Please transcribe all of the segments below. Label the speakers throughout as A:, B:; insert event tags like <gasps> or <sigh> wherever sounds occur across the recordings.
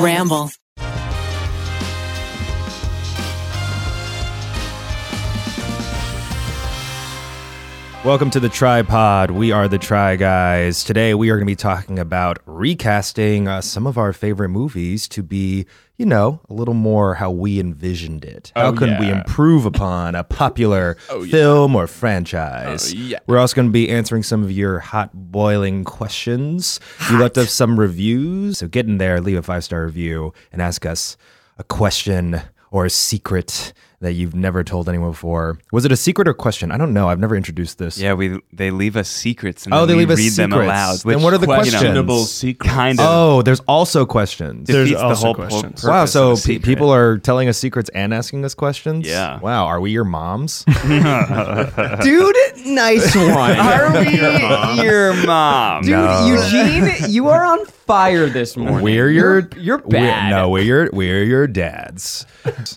A: Ramble.
B: Welcome to the Tripod. We are the Try Guys. Today we are going to be talking about recasting uh, some of our favorite movies to be, you know, a little more how we envisioned it. How
C: Oh,
B: can we
C: yeah. Oh,
B: improve upon a
C: <laughs>
B: popular
C: yeah.
B: film or franchise?
C: Oh, yeah.
B: We're also going to be answering some of your hot boiling questions. You left us some reviews, so get in there, leave a five star review, and ask us a question or a secret. That you've never told anyone before. Was it a secret or question? I don't know. I've never introduced this.
D: Yeah, we they leave us secrets. And
B: Oh,
D: then
B: they
D: we
B: leave us
D: read them
B: secrets.
D: aloud.
B: Then what are the
D: you know,
B: questionable
C: secrets?
D: Kind of.
B: Oh, there's also questions.
C: There's
D: defeats the
C: also
D: whole
C: questions.
D: purpose
B: wow, so
D: of a
B: pe-
D: secret.
B: people are telling us secrets and asking us questions?
D: Yeah.
B: Wow, are we your moms?
E: Dude, nice one.
D: Are we <laughs> your mom?
E: Dude, Eugene, you are on fire this morning.
B: we're your
E: You're- you're
B: we're-
E: bad.
B: no, we're your we're your dads.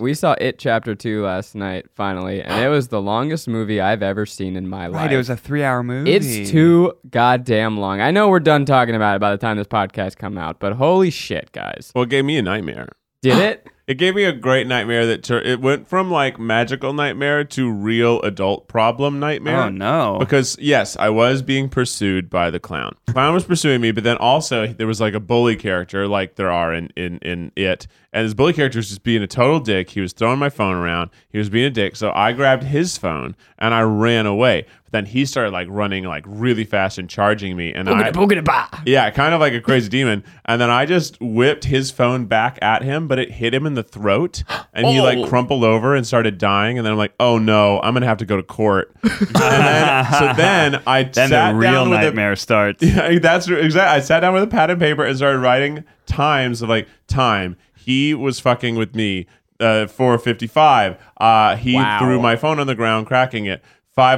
F: We saw It Chapter 2 last night, finally, and it was the longest movie I've ever seen in my life.
D: Right, it was a three-hour movie.
F: it's too goddamn long. I know we're done talking about it by the time this podcast come out, but holy shit, guys.
C: Well, it gave me a nightmare.
F: Did it?
C: It gave me a great nightmare that tur- it went from like magical nightmare to real adult problem nightmare.
D: Oh no!
C: Because yes, I was being pursued by the clown. Clown was pursuing me, but then also there was like a bully character, like there are in in in it. And this bully character was just being a total dick. He was throwing my phone around. He was being a dick. So I grabbed his phone and I ran away. But then he started like running like really fast and charging me.
D: Oh,
C: And I yeah, kind of like a crazy demon. And then I just whipped his phone back at him, but it hit him in the throat, and he like crumpled over and started dying. And then I'm like, oh no, I'm gonna have to go to court. and then, so then I
D: then
C: sat
D: the real
C: down with a-
D: nightmare starts.
C: yeah, <laughs> that's exactly. I sat down with a pad and paper and started writing times of like time he was fucking with me. Uh, 455. Uh, he threw my phone on the ground, cracking it.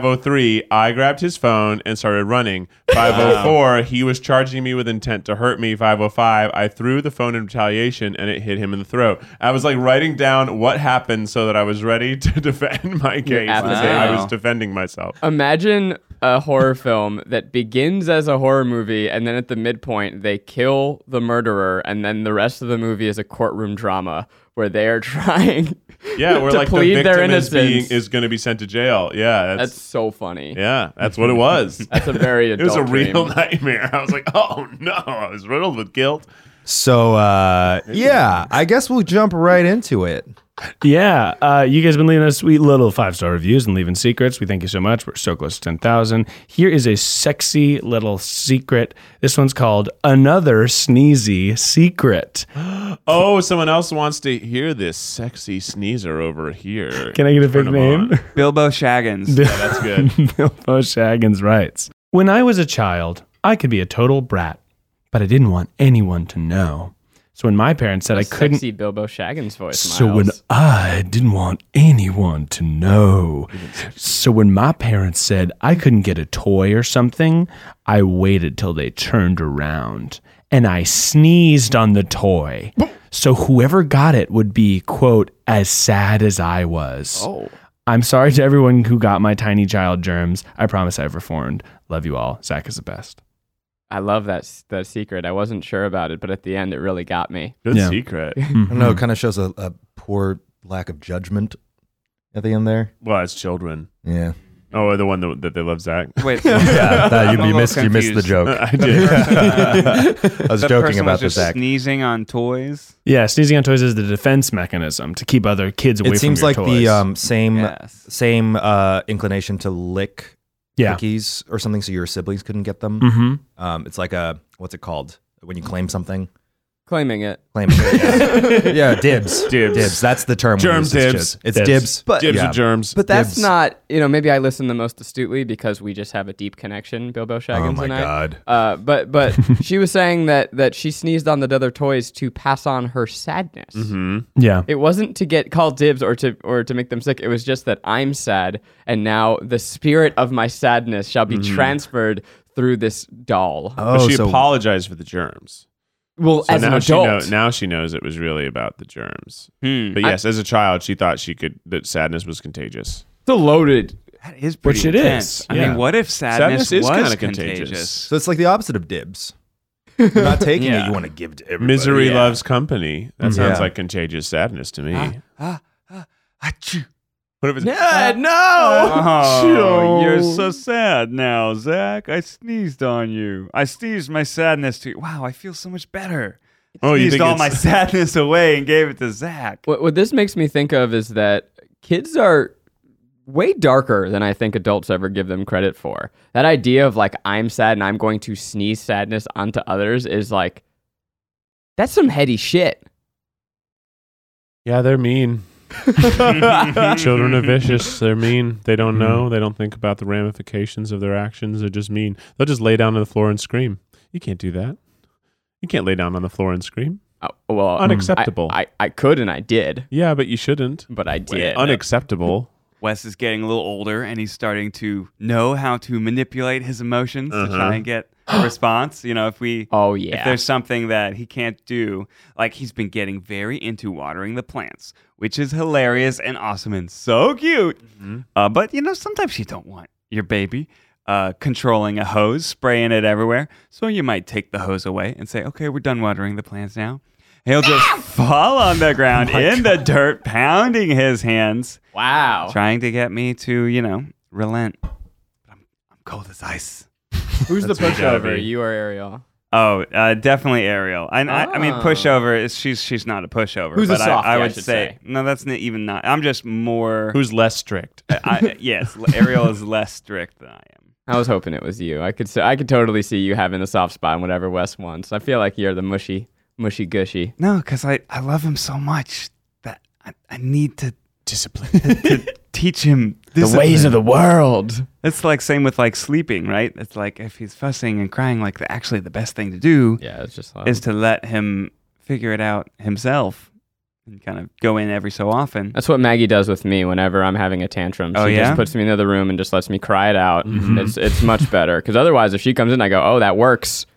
C: 503. I grabbed his phone and started running. 504. He was charging me with intent to hurt me. 505. I threw the phone in retaliation and it hit him in the throat. I was like writing down what happened so that I was ready <laughs> to defend my case. and say I
D: absolutely-
C: was defending myself.
F: Imagine a horror film that begins as a horror movie, and then at the midpoint, they kill the murderer, and then the rest of the movie is a courtroom drama where they are <laughs> trying
C: Yeah,
F: <laughs>
C: where
F: to
C: like the
F: plead
C: victim
F: their
C: is
F: innocence.
C: being is going to be sent to jail. Yeah, that's,
F: That's so funny.
C: yeah, that's what it was.
F: That's a very
C: <laughs> it
F: adult
C: was a
F: dream.
C: real nightmare. I was like, <laughs> oh no, I was riddled with guilt.
B: So uh yeah, I guess we'll jump right into it.
G: Yeah, uh, you guys have been leaving us sweet little five star reviews and leaving secrets. We thank you so much. We're so close to ten thousand. Here is a sexy little secret. This one's called another sneezy secret.
C: Oh, someone else wants to hear this sexy sneezer over here.
G: Can I get a big
C: Turn 'em on.
G: <laughs> name?
D: <laughs>
B: <laughs>
D: Bilbo Shaggins.
C: Yeah, that's good.
G: Bilbo Shaggins writes When I was a child, I could be a total brat, but I didn't want anyone to know. So when my parents said I couldn't.
F: Sexy Bilbo Shaggins voice.
G: So
F: Miles.
G: when I didn't want anyone to know. So when my parents said I couldn't get a toy or something, I waited till they turned around and I sneezed on the toy. So whoever got it would be, quote, as sad as I was. Oh. I'm sorry to everyone who got my tiny child germs. I promise I've reformed. Love you all. Zach is the best.
F: I love that s- that secret. I wasn't sure about it, but at the end, it really got me.
C: Good
G: Yeah.
C: secret.
B: I don't know, it kind of shows a, a poor lack of judgment at the end there.
C: Well, it's children.
B: Yeah.
C: Oh, the one that, that they love Zach.
B: <laughs>
D: Wait,
B: Yeah, that-
D: I'm a
B: you, you
D: little
B: missed you missed the
D: confused.
B: joke. <laughs>
D: <laughs>
C: <laughs> I did.
B: I was
D: the
B: joking
D: person
B: about
D: was
B: this
D: just
B: act.
D: sneezing on toys.
G: Yeah, sneezing on toys is the defense mechanism to keep other kids away
B: It seems
G: from
B: like
G: your toys.
B: the um, same
D: Yes.
B: same uh, inclination to lick
G: yeah.
B: cookies or something so your siblings couldn't get them.
G: Mm-hmm.
B: Um, it's like a what's it called when you claim something?
F: Claiming it.
B: Claim.
F: <laughs>
B: yeah. dibs.
C: Dibs.
B: That's the term. we
C: Germ
B: use. It's
C: dibs.
B: just- It's
G: Dibs.
B: dibs.
E: But-
C: Dibs
B: Yeah.
C: and germs.
F: But that's
B: Dibs.
F: not, you know, maybe I listen the most astutely because we just have a deep connection, Bilbo Shaggins
B: Oh my
F: and I.
B: god.
F: Uh, but
C: <laughs>
F: but she was saying that that she sneezed on the other toys to pass on her sadness.
C: Mm-hmm.
G: Yeah.
F: It wasn't to get called dibs or to or to make them sick. It was just that I'm sad, and now the spirit of my sadness shall be
C: Mm-hmm.
F: transferred through this doll.
C: But
B: Oh,
C: she
B: so
C: apologized for the germs.
F: well,
C: So
F: as an
C: now she
F: adult,
C: know, now she knows it was really about the germs.
D: Hmm.
C: But yes, as a child, she thought she could that sadness was contagious.
F: it's a loaded
D: That is pretty
G: Which it
D: intense.
G: is,
D: I
G: yeah.
D: mean, what if sadness,
C: Sadness is
D: was
C: kinda contagious.
B: so it's like the opposite of dibs. You're not taking it.
D: Yeah.
B: You want to give it to everybody.
C: Misery
D: yeah.
C: loves company. That sounds
B: Yeah.
C: like contagious sadness to
F: Ah.
C: me.
D: Ah,
B: Achoo.
C: What if it's
F: no!
D: Oh, you're
C: Joe.
D: so sad now, Zach. I sneezed on you. I sneezed my sadness to you. Wow, I feel so much better.
C: Oh, you
D: sneezed
C: think
D: all my
C: it's-
D: <laughs> sadness away and gave it to Zach.
F: What, what this makes me think of is that kids are way darker than I think adults ever give them credit for. That idea of like, I'm sad and I'm going to sneeze sadness onto others is like, that's some heady shit. <laughs>
C: Yeah, they're <laughs> mean.
F: Uh,
C: Children are vicious. They're mean. They don't know. They don't think about the ramifications of their actions. They're just mean. They'll just lay down on the floor and scream. You can't do that. You can't lay down on the floor and scream.
F: Uh, well,
C: Unacceptable.
F: I, I, I could and I did,
C: Yeah, but you shouldn't.
F: but I did.
C: Unacceptable.
D: Wes is getting a little older and he's starting to know how to manipulate his emotions to try and get a response. You know, if we
F: Mm-hmm. <gasps> oh, yeah.
D: if there's something that he can't do, like he's been getting very into watering the plants, which is hilarious and awesome and so cute.
F: Mm-hmm.
D: Uh, but you know, sometimes you don't want your baby uh, controlling a hose, spraying it everywhere. So you might take the hose away and say, "Okay, we're done watering the plants now." He'll just fall on
F: <laughs> Oh
D: the ground in the dirt, pounding his hands,
F: wow.
D: trying to get me to, you know, relent. But I'm, I'm cold as ice.
F: <laughs> Who's the
C: what you gotta
F: pushover?
C: be.
F: You or Ariel?
D: Oh, uh, definitely Ariel. I, I, I mean,
F: Oh.
D: pushover is she's she's not a pushover.
F: Who's a
D: but I-
F: softie,
D: I,
F: I
D: would
F: should say.
D: no. That's not even not. I'm just more.
C: Who's
F: <laughs>
C: less strict?
D: I, yes, Ariel is less strict than I am.
F: I was hoping it was you. I could s- I could totally see you having a soft spot in whatever Wes wants. I feel like you're the mushy, mushy gushy.
D: No, because I I love him so much that I, I need to
C: Discipline.
B: <laughs>
G: <laughs>
D: to <laughs> teach him
F: the world.
D: It's like same with like sleeping, right? It's like if he's fussing and crying, like the, actually the best thing to do
F: Yeah, it's just uh, like,
D: is to let him figure it out himself and kind of go in every so often.
F: that's what Maggie does with me whenever I'm having a tantrum. She
D: Oh, yeah?
F: just puts me in the other room and just lets me cry it out.
C: Mm-hmm.
F: It's it's much better because otherwise, if she comes in, I go, oh, that works.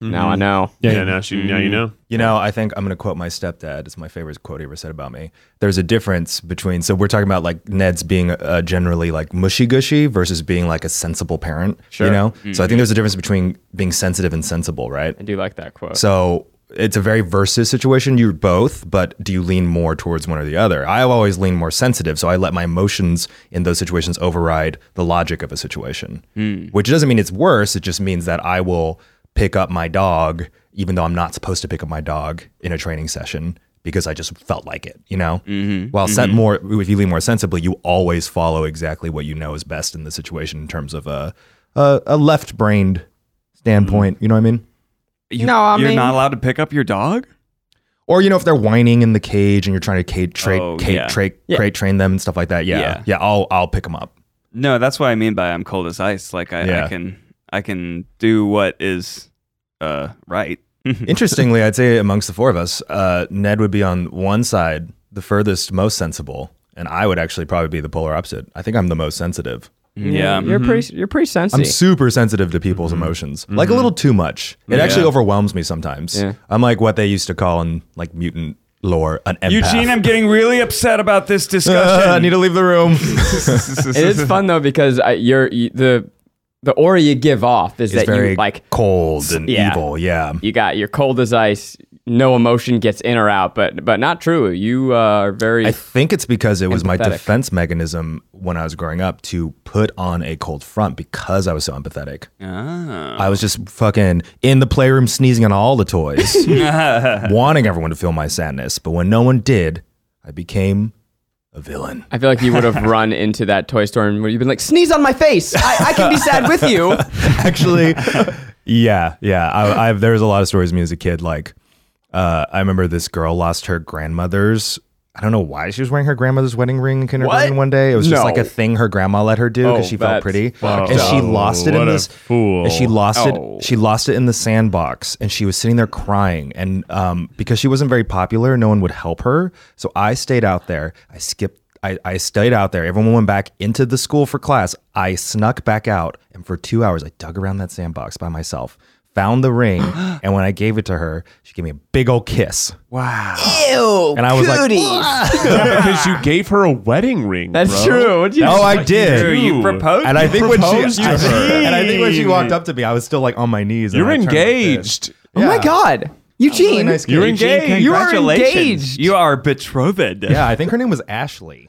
F: Now I know.
C: Mm-hmm.
F: Mm-hmm.
C: Yeah, Mm-hmm. now, she, now you know.
B: You know, I think I'm going to quote my stepdad. It's my favorite quote he ever said about me. There's a difference between, so we're talking about like Ned's being uh, generally like mushy gushy versus being like a sensible parent,
F: Sure.
B: you know? So I think there's a difference between being sensitive and sensible, right?
F: I do like that quote.
B: So it's a very versus situation. You're both, but do you lean more towards one or the other? I always lean more sensitive, so I let my emotions in those situations override the logic of a situation.
F: Mm.
B: Which doesn't mean it's worse. It just means that I will pick up my dog, even though I'm not supposed to pick up my dog in a training session because I just felt like it. You know,
D: Mm-hmm.
B: while sen- more if you lean more sensibly, you always follow exactly what you know is best in the situation in terms of a a, a left brained standpoint. You know what I mean?
D: You,
F: No, I
D: you're
F: mean-
D: not allowed to pick up your dog.
B: or you know if they're whining in the cage and you're trying to cage, tra-
D: Oh,
B: cage,
D: yeah.
B: tra-
F: Yeah.
B: crate train them and stuff like that. Yeah,
D: Yeah.
B: yeah, I'll I'll pick them
F: <laughs>
B: up.
D: No, that's what I mean by I'm cold as ice. Like I, I
B: Yeah.
D: can I can do what is uh right.
B: Interestingly, I'd say amongst the four of us, uh, Ned would be on one side, the furthest, most sensible, and I would actually probably be the polar opposite. I think I'm the most sensitive.
D: yeah.
F: you're
B: mm-hmm.
F: pretty you're pretty sensitive.
B: I'm super sensitive to people's
F: Mm-hmm.
B: emotions, like a little too much. It actually overwhelms me sometimes.
F: Yeah.
B: I'm like what they used to call in like mutant lore an empath. <laughs>
D: Eugene, I'm getting really upset about this
B: Uh, I
D: discussion.
B: need to leave the room. <laughs>
F: it <laughs> is fun though because I, you're you, the the aura you give off is
B: it's
F: that
B: very
F: you like
B: cold and
F: Yeah.
B: evil. Yeah.
F: you got you're cold as ice no emotion gets in or out but but not true you uh, are very
B: I think it's because it was my
F: Empathetic.
B: defense mechanism when I was growing up to put on a cold front because I was so empathetic. I was just fucking in the playroom sneezing on all the toys, wanting everyone to feel my sadness. But when no one did, I became a villain.
F: I feel like you
B: <laughs>
F: would have run into that toy store and would have been like sneeze on my face I, I can be sad
B: <laughs>
F: with you
B: Actually, yeah, yeah. I, I've, there was a lot of stories of me as a kid. Like, uh, I remember this girl lost her grandmother's. I don't know why she was wearing her grandmother's wedding ring in kindergarten
F: What?
B: one day. It was just
F: No.
B: like a thing her grandma let her do because
F: Oh,
B: she felt
F: that's
B: pretty,
F: fucked
B: and she
C: up.
B: lost it
C: What
B: in
C: a
B: this.
C: fool.
B: And she lost
F: Oh.
B: it. She lost it in the sandbox, and she was sitting there crying. And um, because she wasn't very popular, no one would help her. So I stayed out there. I skipped. I, I stayed out there. Everyone went back into the school for class. I snuck back out, and for two hours, I dug around that sandbox by myself. found the
C: <gasps>
B: ring, and when I gave it to her, she gave me a big old kiss.
E: Ew.
B: And I was like, "Ah."
C: <laughs> because you gave her a wedding ring.
F: That's
C: bro.
F: true. What'd you
B: oh, I
D: Dude,
B: did.
D: you
C: Dude.
D: proposed?
B: And I think when
C: proposed
B: she,
C: to her.
B: and I think when she walked up to me, I was still like on my knees. and
C: You're
B: I turned like this.
C: engaged.
F: oh my god, Eugene.
B: Really nice
C: You're
B: kid.
C: engaged.
F: You are
D: Congratulations.
F: engaged.
D: You are betrothed.
B: Yeah, I think her name was Ashley.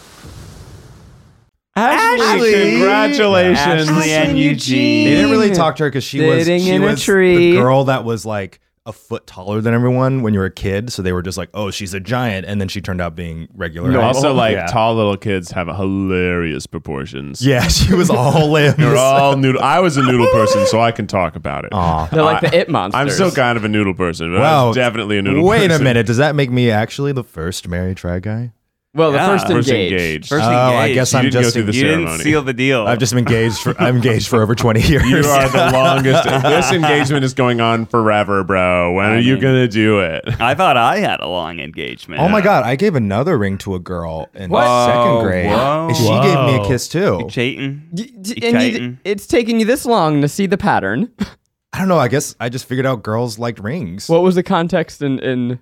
C: Ashley, congratulations.
D: Ashley and Eugene.
B: They didn't really talk to her because she was
F: Sitting
B: she
F: in a
B: was
F: tree.
B: the girl that was like a foot taller than everyone when you were a kid. So they were just like, "Oh, she's a giant," and then she turned out being regular.
C: Also, like
B: yeah.
C: tall little kids have hilarious proportions.
B: Yeah, <laughs> she was all limbs.
C: <laughs> They're all noodle. I was a noodle person, so I can talk about it.
F: They're like the it monsters.
C: I'm still kind of a noodle <laughs> person, but I
B: Wow,
C: was definitely a noodle
B: Wait
C: person.
B: a minute, does that make me actually the first Mary Try guy?
F: well, the
D: Yeah.
F: first
C: First
F: engaged.
C: engaged.
D: First
B: Oh, I
D: engaged.
B: guess
C: You
B: I'm
C: didn't go
B: just
C: through the
D: you didn't
C: ceremony.
D: seal the deal.
B: I've just been engaged for I'm engaged for over 20 years.
C: <laughs> You are the
F: <laughs>
C: longest. this engagement is going on forever, bro. When are you
D: mean-
C: gonna do it?
D: I thought I had a long engagement.
B: <laughs>
D: Uh,
B: Oh my god! I gave another ring to a girl in
D: What?
B: second grade,
D: Whoa.
B: and she gave me a kiss too.
D: Chayton.
F: Y- d-
D: You
F: and you-
D: chitin.
F: it's taking you this long to see the pattern.
B: I don't know. I guess I just figured out girls liked rings.
F: What was the context in, in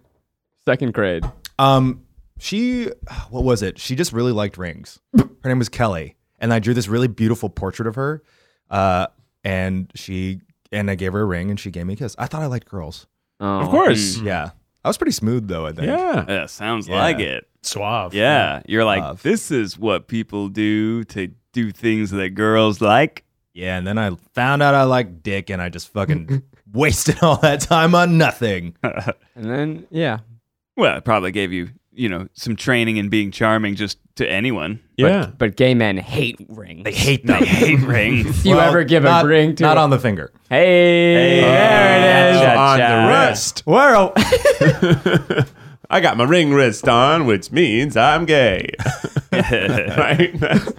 F: second grade?
B: Um, she, what was it? She just really liked rings. Her name was Kelly, and I drew this really beautiful portrait of her. Uh, and she and I gave her a ring, and she gave me a kiss. I thought I liked girls.
F: Oh.
C: Of course.
B: Yeah, I was pretty smooth though. I think.
C: <laughs> Yeah.
D: Yeah, sounds
B: Yeah.
D: like it.
G: Suave.
D: Yeah. Uh, You're like,
B: Love.
D: this is what people do to do things that girls like.
B: Yeah, and then I found out I liked dick, and I just fucking wasted all that time on nothing.
F: And then yeah,
D: Well, it probably gave you, you know, some training in being charming just to anyone.
C: Yeah.
F: but gay men hate rings.
B: I hate
D: I
B: them.
D: hate
C: <laughs>
D: rings.
F: If you ever give
B: not,
F: a ring to
B: not
F: a-
B: on the finger.
F: hey, there it is.
D: Cha-cha.
C: on the wrist.
B: Well,
C: <laughs> I got my ring wrist on, which means
F: <laughs>
C: I'm gay. <laughs> right? That's-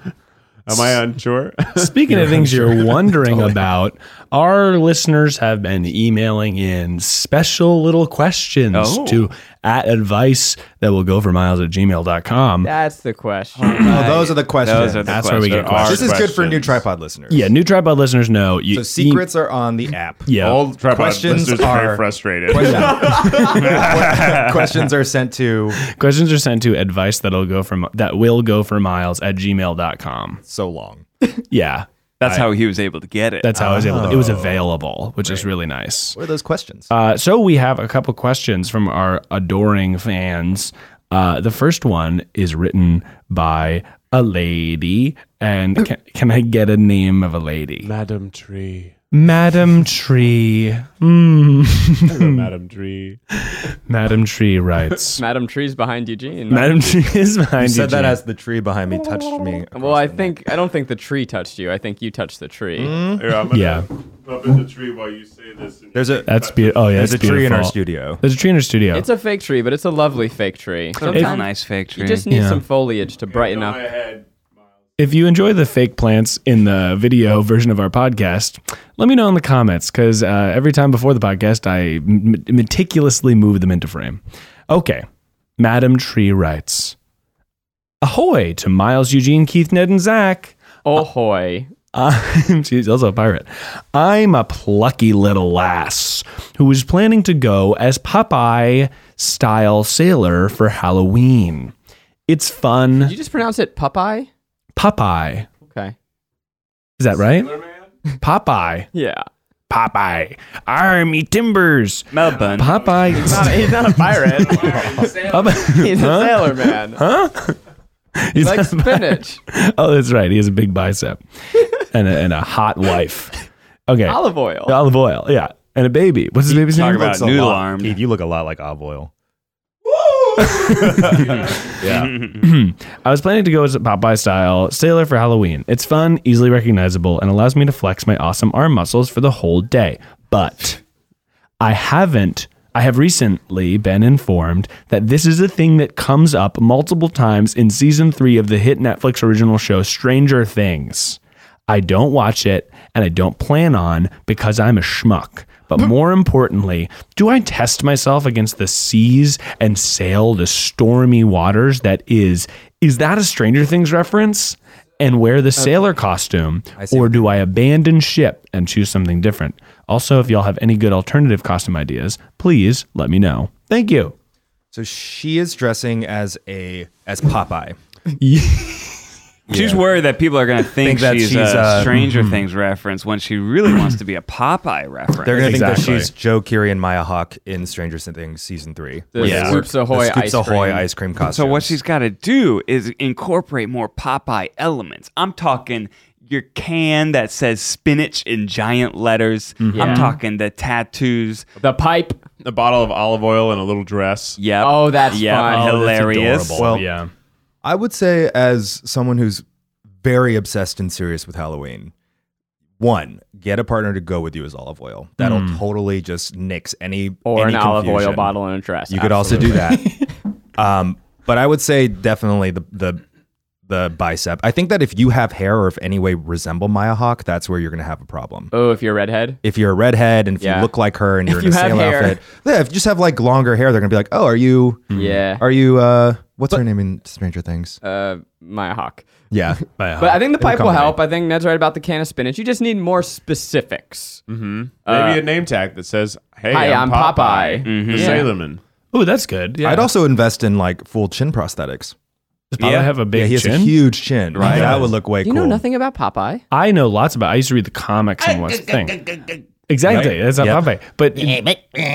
C: am I unsure?
F: <laughs>
G: Speaking of things you're wondering about, our listeners have been emailing in special little questions
D: Oh.
G: to at advice that will go for miles at gmail.com.
F: That's the question.
B: no, Oh,
F: <laughs>
B: those are the questions.
D: Those are the
G: That's where we
D: questions.
G: get questions.
B: this is good for new
C: questions.
B: tripod listeners.
G: Yeah, new tripod listeners know. You, e-
B: So secrets are on the app.
G: you- yeah.
C: Old tripod
B: Questions
C: listeners are very
B: are-
C: frustrated.
G: <laughs>
B: Yeah. questions are sent to
G: questions are sent to advice that'll go from that will go for miles at gmail.com.
B: so long.
G: Yeah.
D: That's how he was able to get it.
G: That's how I was able to, it
F: Oh.
G: was available, which is really nice.
B: What are those questions?
G: Uh, so we have a couple questions from our adoring fans. Uh, the first one is written by a lady,
B: Mm.
G: and can, can I get a name of a lady?
C: Madam Tree.
G: Madam Tree.
C: Madam Tree.
G: Madam
B: <laughs>
G: Tree writes.
F: Madam Tree's behind Eugene.
G: Madam Tree is
B: you
G: behind
B: said that
G: Eugene.
B: as the tree behind me touched me.
F: well, I think I don't think the tree touched you. I think you touched the tree.
C: Here, I'm gonna
G: Yeah.
C: up in the tree while you say this. And
B: There's a
G: That's beautiful. Oh yeah,
B: there's a
G: that's
B: tree in our
G: beautiful.
B: studio.
G: There's a tree in our studio.
F: It's a fake tree, but it's a lovely fake tree.
D: That's a
F: Sometimes
D: nice fake tree.
F: you just need
G: Yeah.
F: some foliage to brighten up.
C: head.
G: if you enjoy the fake plants in the video version of our podcast, let me know in the comments because uh, every time before the podcast, I m- meticulously move them into frame. Okay. Madam Tree writes Ahoy to Miles, Eugene, Keith, Ned, and Zach.
F: Oh hoy!
G: <laughs> I'm, she's also a pirate. I'm a plucky little lass who was planning to go as Popeye style sailor for Halloween. It's
F: Did
G: fun.
F: you just pronounce it Popeye?
G: Popeye.
F: Okay.
G: Is that right? Popeye.
F: Yeah.
G: Popeye. Army timbers.
D: Mel Bun. <laughs>
G: <laughs> Popeye.
F: He's not a pirate. <laughs>
G: Popeye.
F: He's a sailor man.
G: He's
F: Like
G: not bi-
F: spinach,
G: <laughs> Oh, that's right. He has a big bicep and a, and a hot wife. Okay.
F: olive oil.
G: Olive oil. Yeah. And a baby. What's his baby's
D: Talk
G: name?
D: about
B: a
D: noodle
B: lot-
D: arm.
B: Keith, you look a lot like olive oil.
D: <laughs>
G: <clears throat> I was planning to go as a Popeye style sailor for Halloween. It's fun, easily recognizable, and allows me to flex my awesome arm muscles for the whole day. But I haven't. I have recently been informed that this is a thing that comes up multiple times in season three of the hit Netflix original show Stranger Things. I don't watch it and I don't plan on because I'm a schmuck. But more importantly, do I test myself against the seas and sail the stormy waters that is is that a Stranger Things reference? And wear the sailor costume, or do Uh, I abandon ship and choose something different? Also, if y'all have any good alternative costume ideas, please let me know. Thank you.
B: So she is dressing as a as Popeye.
D: She's worried that people are going to
B: Think
D: think,
B: that
D: she's, mm-hmm.
B: she's,
D: a
B: uh,
D: Stranger Things reference when she really wants to be a <clears throat> Popeye reference.
B: They're gonna
G: Exactly.
B: think that she's Joe Curie and Maya Hawk in Stranger Things season three.
F: The
B: Yeah.
F: Scoops
B: The
F: Ahoy
B: Scoops
F: ice
B: Ahoy
F: cream.
B: ice cream costume.
D: so what she's got to do is incorporate more Popeye elements. I'm talking your can that says spinach in giant letters.
F: Mm-hmm. Yeah.
D: I'm talking the tattoos.
F: The pipe.
C: A bottle of olive oil and a little dress.
D: Yep.
F: Oh, that's
D: Yep.
F: fun. Oh,
G: that's
D: Hilarious.
G: adorable.
B: Well-
G: yeah.
B: I would say, as someone who's very obsessed and serious with Halloween, one, get a partner to go with you as olive oil. That'll totally just nix any
F: Hmm. Or
B: any
F: an olive oil
B: confusion.
F: bottle and a dress.
B: You could also do that. <laughs> um, but I would say definitely the the the bicep. I think that if you have hair or if any way resemble Maya Hawk, that's where you're gonna have a problem.
F: Oh, if you're a redhead.
B: If you're a redhead and if
F: Yeah.
B: you look like
F: <laughs>
B: her and you're in
F: you
B: a
F: have
B: sailor
F: hair.
B: outfit, yeah, if you just have like longer hair, they're gonna be like, oh, are you?
F: Yeah.
B: Are you? uh What's her name in Stranger Things?
F: Uh, my hawk.
B: yeah,
F: But I think
B: It'll
F: the pipe will
B: come to me.
F: help. I think Ned's right about the can of spinach. You just need more specifics.
C: Maybe a name tag that says, "Hey,
F: uh, Hi, I'm
C: I'm, Popeye,
F: Popeye." Mm-hmm.
C: the
F: Yeah.
C: Sailorman."
G: Oh, that's good. Yeah.
B: I'd also invest in like full chin prosthetics.
G: Does Popeye have a big
B: yeah, he has
G: chin?
B: a huge chin. Right,
G: He
B: that
G: does.
B: would look way
F: You
B: cool.
F: know nothing about Popeye.
G: I know lots about. it. I used to read the comics and watch the thing. Exactly. That's not
B: Yep.
G: Popeye. But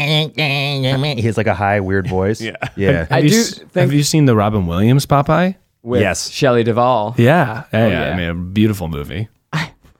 B: He has like a high, weird voice. yeah, yeah.
F: I
G: have, you,
F: do
G: s-
F: think-
G: have you seen the Robin Williams Popeye?
F: With
B: Yes.
F: Shelley Duvall.
G: Yeah. Yeah, yeah.
F: yeah.
G: I mean, a beautiful movie.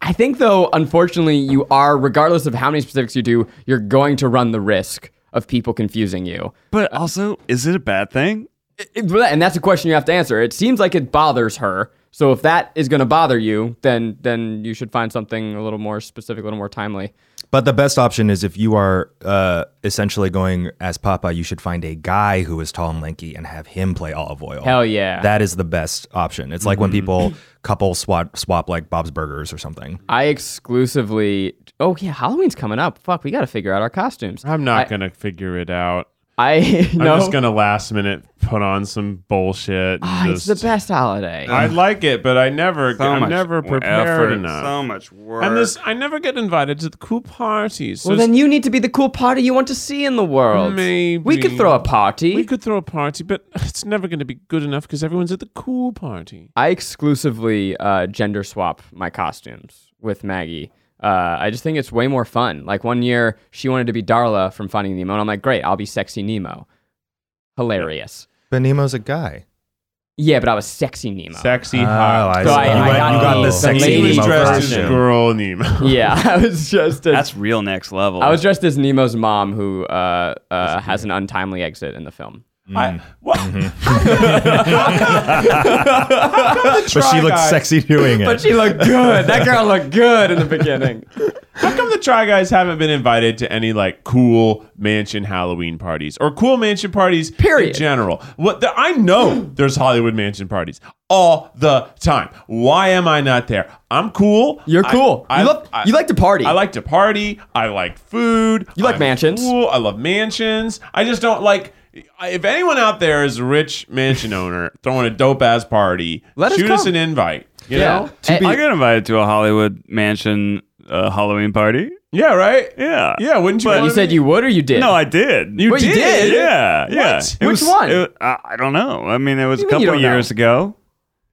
F: I think though, unfortunately, you are, regardless of how many specifics you do, you're going to run the risk of people confusing you.
D: But also, is it a bad thing?
F: It- and that's a question you have to answer. It seems like it bothers her. So if that is going to bother you, then then you should find something a little more specific, a little more timely.
B: But the best option is if you are uh, essentially going as Papa, you should find a guy who is tall and lanky and have him play olive oil.
F: Hell yeah.
B: That is the best option. It's like when
G: Mm-hmm.
B: people couple swap swap like Bob's Burgers or something.
F: I exclusively. Oh yeah, Halloween's coming up. Fuck, we got to figure out our costumes.
C: I'm not
F: I-
C: gonna figure it out.
F: I <laughs>
C: I'm
F: no.
C: just gonna last minute put on some bullshit. and
F: Ah, it's
C: just-
F: the best holiday.
C: I like it, but I never, I'm never
D: w-
C: prepared
D: effort,
C: enough.
D: So much work.
C: and this, I never get invited to the cool parties. So
F: well, then you need to be the cool party you want to see in the world.
C: Maybe.
F: we could throw a party.
C: we could throw a party, but <laughs> it's never going to be good enough because everyone's at the cool party.
F: I exclusively uh, gender swap my costumes with Maggie. Uh, I just think it's way more fun. Like one year, she wanted to be Darla from Finding Nemo, and I'm like, great, I'll be sexy Nemo. Hilarious.
B: But Nemo's a guy.
F: Yeah, but I was sexy Nemo.
C: Sexy
B: I
F: So I-
B: see.
F: I
B: you,
F: got
B: got, you got
F: the-
B: the
F: the
B: sexy
C: He
F: lady
C: was
B: Nemo
C: dressed as
B: version.
C: girl Nemo.
F: yeah, I was just. As,
D: That's real next level.
F: I was dressed as Nemo's mom, who uh, uh, has an untimely exit in the film.
C: <laughs> I, what?
B: Mm-hmm. But she looks sexy doing it.
F: <laughs> But she looked good. That girl looked good in the beginning.
C: How come the Try Guys haven't been invited to any like cool mansion Halloween parties or cool mansion parties in
F: Period.
C: general? What the, I know there's Hollywood mansion parties all the time. Why am I not there? I'm cool.
F: You're
C: I-
F: cool.
C: I-
F: you, love,
C: I-
F: you like to party.
C: I like to party. I like food.
F: You like
C: I'm
F: mansions.
C: Cool. I love mansions. I just don't like. I- If anyone out there is a rich mansion owner throwing a dope ass party,
F: Let us
C: shoot us
F: come.
C: an invite. You
F: Yeah.
C: know?
F: To be-
D: I got invited to a Hollywood mansion uh, Halloween party.
C: Yeah. Right.
D: Yeah.
C: Yeah. Wouldn't you? wanna
F: you said
C: be-
F: you would or you did?
D: No, I did.
C: You
F: Wait, you did?
D: Yeah. Yeah.
C: What?
D: It
F: Which one?
D: it- I I don't know. I mean, it was a
F: What do you mean you
D: couple
F: don't
D: years ago.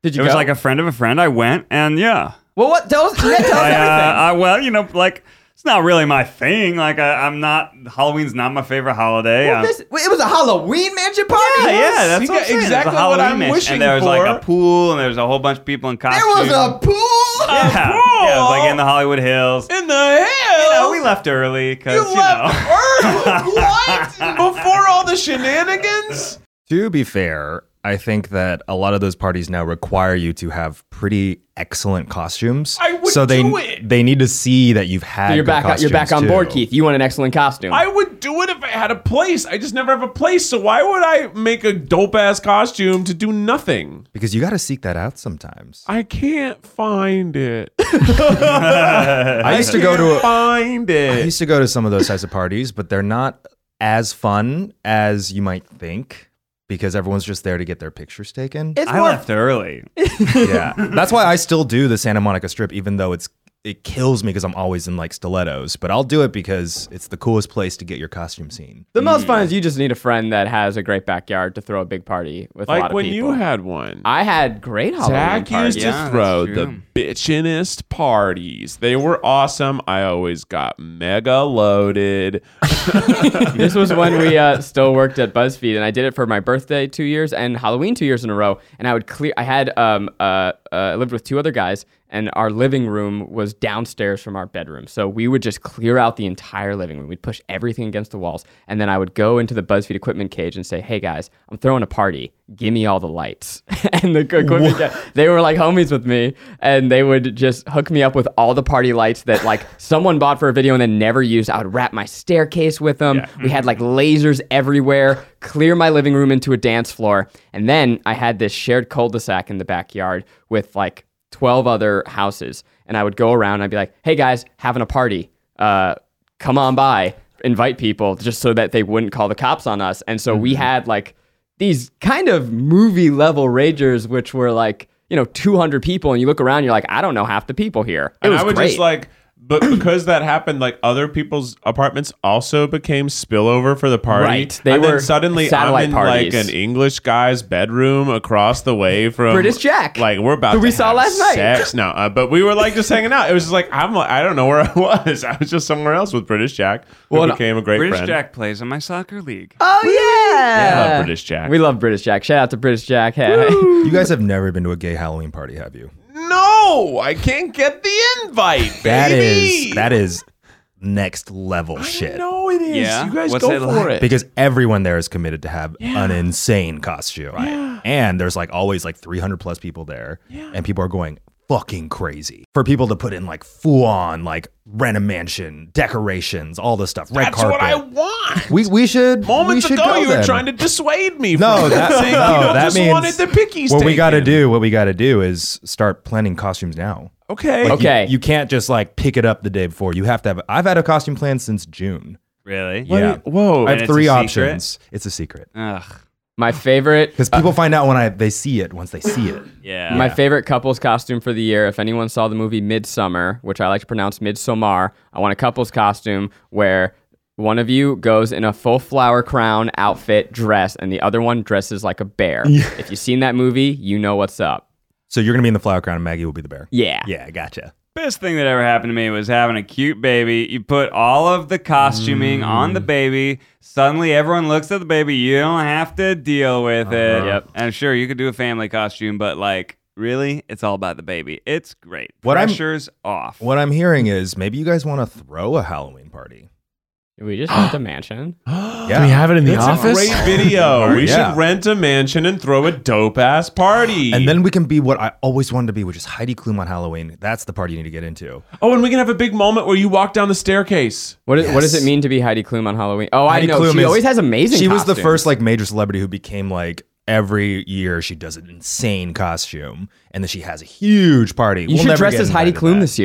F: did
D: It
F: you
D: was
F: go?
D: like a friend of a friend. I went and yeah.
F: well, what? Tell us, yeah, tell us
D: I, uh,
F: everything.
D: I well, you know, like it's not really my thing. Like I, I'm not Halloween's not my favorite holiday. I'm-
F: This- wait, it was a Halloween mansion party.
D: yeah, yeah, that's
C: You
D: what I'm
C: got
D: saying. It was a
C: exactly what
D: Halloween
C: I'm
D: mansion.
C: wishing
D: And there was like
C: for.
D: a pool, and there was a whole bunch of people in
F: There
D: costumes.
F: was a pool.
D: <laughs> yeah.
C: pool?
D: Yeah, it was like in the Hollywood Hills.
C: in the hell?
D: You know, we left early because you, know. <laughs>
C: left Earth? What? Before all the shenanigans?
B: To be fair, I think that a lot of those parties now require you to have pretty excellent costumes.
C: I would
B: so they
C: do it.
B: they need to see that you've had.
F: you're
B: good
F: back. You're back
B: costumes,
F: on board,
B: too.
F: Keith. You want an excellent costume.
C: I would do would if I had a place. I just never have a place. So why would I make a dope ass costume to do nothing?
B: Because you got to seek that out sometimes.
C: I can't find it.
B: I used to go to a,
C: find
B: I
C: it.
B: used to go to some of those types of parties, but they're not as fun as you might think because everyone's just there to get their pictures taken.
F: It's
D: I
F: more
D: left early.
B: yeah. That's why I still do the Santa Monica Strip, even though it's it kills me because I'm always in like stilettos. But I'll do it because it's the coolest place to get your costume seen.
F: the most fun is you just need a friend that has a great backyard to throw a big party with a lot
C: Like
F: of
C: when
F: people.
C: you had one.
F: I had great Halloween
C: Zach
F: parties.
C: used
D: Yeah,
C: to
D: that's
C: throw
D: true.
C: the bitchinest parties. They were awesome. I always got mega loaded.
F: <laughs> this was when we uh, still worked at BuzzFeed, and I did it for my birthday two years and Halloween two years in a row. And I would clear. I had um uh, uh I lived with two other guys, and our living room was downstairs from our bedroom. So we would just clear out the entire living room. We'd push everything against the walls, and then I would go into the BuzzFeed equipment cage and say, "Hey guys, I'm throwing a party. Give me all the lights." <laughs> and the equipment guy, they were like homies with me, and they would just hook me up with all the party lights that like someone bought for a video and then never used. I would wrap my staircase with them. We
C: Mm-hmm.
F: had like lasers everywhere, clear my living room into a dance floor. And then I had this shared cul de sac in the backyard with like 12 other houses. And I would go around and I'd be like, hey guys, having a party. Uh, come on by, invite people just so that they wouldn't call the cops on us. And so
C: Mm-hmm.
F: we had like these kind of movie level ragers, which were like, you know, 200 people. And you look around, you're like, I don't know half the people here. It
C: and
F: was
C: I would
F: great.
C: just like, but <clears throat> because that happened, like other people's apartments also became spillover for the party.
F: Right. They
C: and
F: were
C: then suddenly
F: satellite
C: I'm in
F: parties.
C: like an English guy's bedroom across the way from
F: British Jack,
C: Like we're about
F: who
C: to
F: we saw
C: have
F: last night.
C: Sex. No, uh, but we were like just hanging out. It was just like I'm like I don't know where I <laughs> was. I was just somewhere else with British Jack, who
F: Well,
C: became a great
D: British
C: friend.
D: Jack plays in my soccer league.
F: oh yeah.
C: I love British Jack.
F: We love British Jack. Shout out to British Jack. Hey. <laughs>
B: You guys have never been to a gay Halloween party, have you?
C: No, I can't get the invite.
B: That
C: baby.
B: is that is next level shit.
C: No, it is.
D: Yeah?
C: You guys
D: What's
C: go
D: it
C: for
D: like?
C: it.
B: Because everyone there is committed to have an insane costume. And there's like always like 300 plus people there. And people are going fucking crazy. For people to put in like full on, like rent a mansion, decorations, all this stuff, red
C: That's
B: carpet.
C: what I want.
B: we, we should.
C: Moments
B: we should
C: ago,
B: go
C: you were
B: then.
C: trying to dissuade me.
B: No,
C: <laughs> from
B: that, no,
C: saying you
B: that
C: just
B: means
C: wanted the pickies.
B: What we got to
C: taken.
B: do, what we got to do is start planning costumes now.
C: Okay.
B: Like, you-
F: Okay.
B: You, can't just like pick it up the day before. You have to have. I've had a costume plan since June.
D: Really?
B: yeah.
C: Whoa.
B: I have
D: And it's a
B: three
D: secret?
B: options. It's a secret
D: Ugh.
F: My favorite
B: because people find out when I they see it once they see it.
D: Yeah.
F: My favorite couples costume for the year. If anyone saw the movie Midsummer, which I like to pronounce Midsommar, I want a couples costume where one of you goes in a full flower crown outfit dress and the other one dresses like a bear. If you've seen that movie, you know what's up.
B: So you're gonna be in the flower crown, and Maggie will be the bear.
F: Yeah.
B: Yeah, gotcha.
D: Best thing that ever happened to me was having a cute baby. You put all of the costuming on the baby. Suddenly, everyone looks at the baby. You don't have to deal with it.
F: Yep.
D: And sure, you could do a family costume, but like, really, it's all about the baby. It's great.
B: What I'm-
D: Pressure's off.
B: What I'm hearing is maybe you guys want to throw a Halloween party.
F: We
B: <gasps>
F: just rent a mansion.
G: Do we
B: Yeah.
G: have it in the
C: That's
G: office?
C: a great
B: <laughs>
C: video. we
B: Yeah.
C: should rent a mansion and throw a dope ass party.
B: And then we can be what I always wanted to be, which is Heidi Klum on Halloween. That's the party you need to get into.
C: oh, and we can have a big moment where you walk down the staircase.
F: What, is, what does
B: Yes.
F: it mean to be Heidi Klum on Halloween? Oh,
B: Heidi
F: I know.
B: Klum
F: she
B: is-
F: always has amazing
B: She was the
F: costumes.
B: first like major celebrity who became like every year she does an insane costume, and then she has a huge party.
F: You
B: We'll
F: should
B: never
F: dress
B: get
F: as Heidi
B: invited to
F: Klum
B: that.
F: this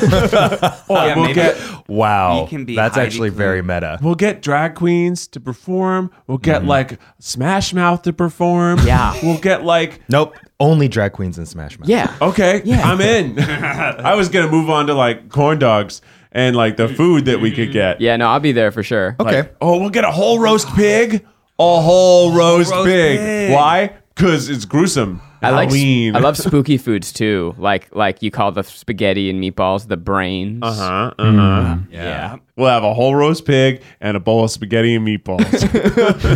B: <laughs>
F: year.
C: Oh,
D: Yeah,
C: we'll
D: maybe-
C: get
B: Wow,
D: You can be
B: that's
D: Heidi
B: actually
D: Klum.
B: very meta.
C: We'll get drag queens to perform. We'll get
B: Mm-hmm.
C: like Smash Mouth to perform.
F: Yeah.
C: We'll get like
B: Nope, only drag queens in Smash Mouth.
F: yeah.
C: okay,
F: <laughs>
C: I'm in. I was gonna move on to like corn dogs and like the food that we could get.
F: Yeah, no, I'll be there for sure.
B: Okay.
C: Oh, we'll get a whole roast pig. A whole roast,
D: roast
C: pig.
D: pig.
C: Why? Because it's gruesome.
F: I like sp-
C: Halloween.
F: I
C: <laughs>
F: love spooky foods too. Like like you call the spaghetti and meatballs the brains.
C: Uh-huh, uh-huh. Yeah. We'll have a whole roast pig and a bowl of spaghetti and meatballs.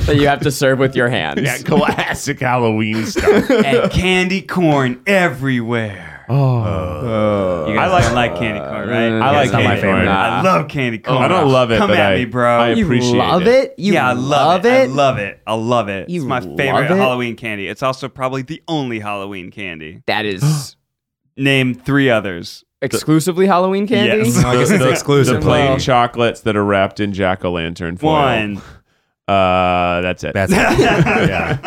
F: that you have to serve with your hands.
C: yeah, <laughs> classic Halloween
D: <laughs>
C: stuff.
D: and candy corn everywhere. Oh, you guys
C: I like-
D: don't like candy corn, right?
F: I
C: like
D: It's not my
C: candy
D: favorite.
C: corn.
D: I love candy corn.
C: I don't love it,
D: Come
C: but
D: at
C: I-
D: me, bro.
C: I appreciate
F: love
C: it.
F: it. You
D: yeah, I
F: love,
D: love,
F: it.
D: I love it. I love it.
F: You
D: it's my
F: love
D: favorite
F: it?
D: Halloween
C: <gasps>
D: candy. It's also probably the only Halloween candy.
F: that is
D: Name three others.
F: exclusively Halloween candy?
D: Yes. <laughs>
B: I guess it's
C: the,
B: exclusive.
C: The plain
F: Wow.
C: chocolates that are wrapped in jack o' lantern foil.
D: One.
C: Uh, that's it.
B: That's yeah.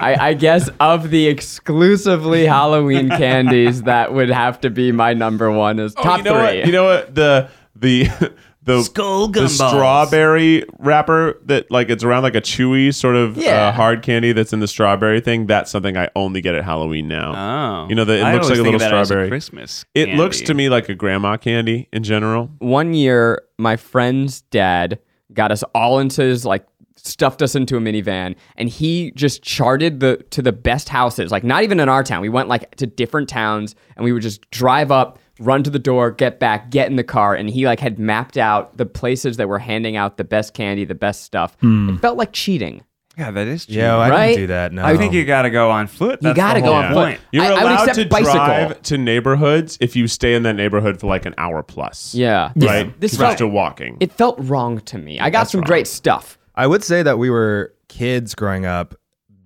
F: I, I guess of the exclusively Halloween candies, that would have to be my number one is
C: Oh,
F: top
C: you know
F: three.
C: What, you know what? The the <laughs> the
D: Skull
C: the
D: gumballs.
C: strawberry wrapper that like it's around like a chewy sort of
F: Yeah.
C: uh, hard candy that's in the strawberry thing. That's something I only get at Halloween now.
D: Oh,
C: you know that it
D: I
C: looks like
D: always
C: a
D: think
C: little
D: of that as
C: strawberry.
D: Christmas.
C: it looks
D: candy.
C: to me like a grandma candy in general.
F: one year my friend's dad got us all into his like stuffed us into a minivan and he just charted the to the best houses like not even in our town we went like to different towns and we would just drive up run to the door get back get in the car and he like had mapped out the places that were handing out the best candy the best stuff
C: Hmm.
F: it felt like cheating
D: Yeah, that is true.
B: Yo, I
F: Right?
B: didn't do that. No.
D: I think you got to go on foot. That's the
F: gotta go
D: whole
F: on foot.
D: point.
C: You're
F: I- I would
C: allowed
F: accept
C: to
F: bicycle.
C: drive to neighborhoods if you stay in that neighborhood for like an hour plus.
F: yeah
C: Right?
F: this,
C: Because
F: this
C: we're
F: felt,
C: still walking.
F: it felt wrong to me i got some great stuff
B: I would say that we were kids growing up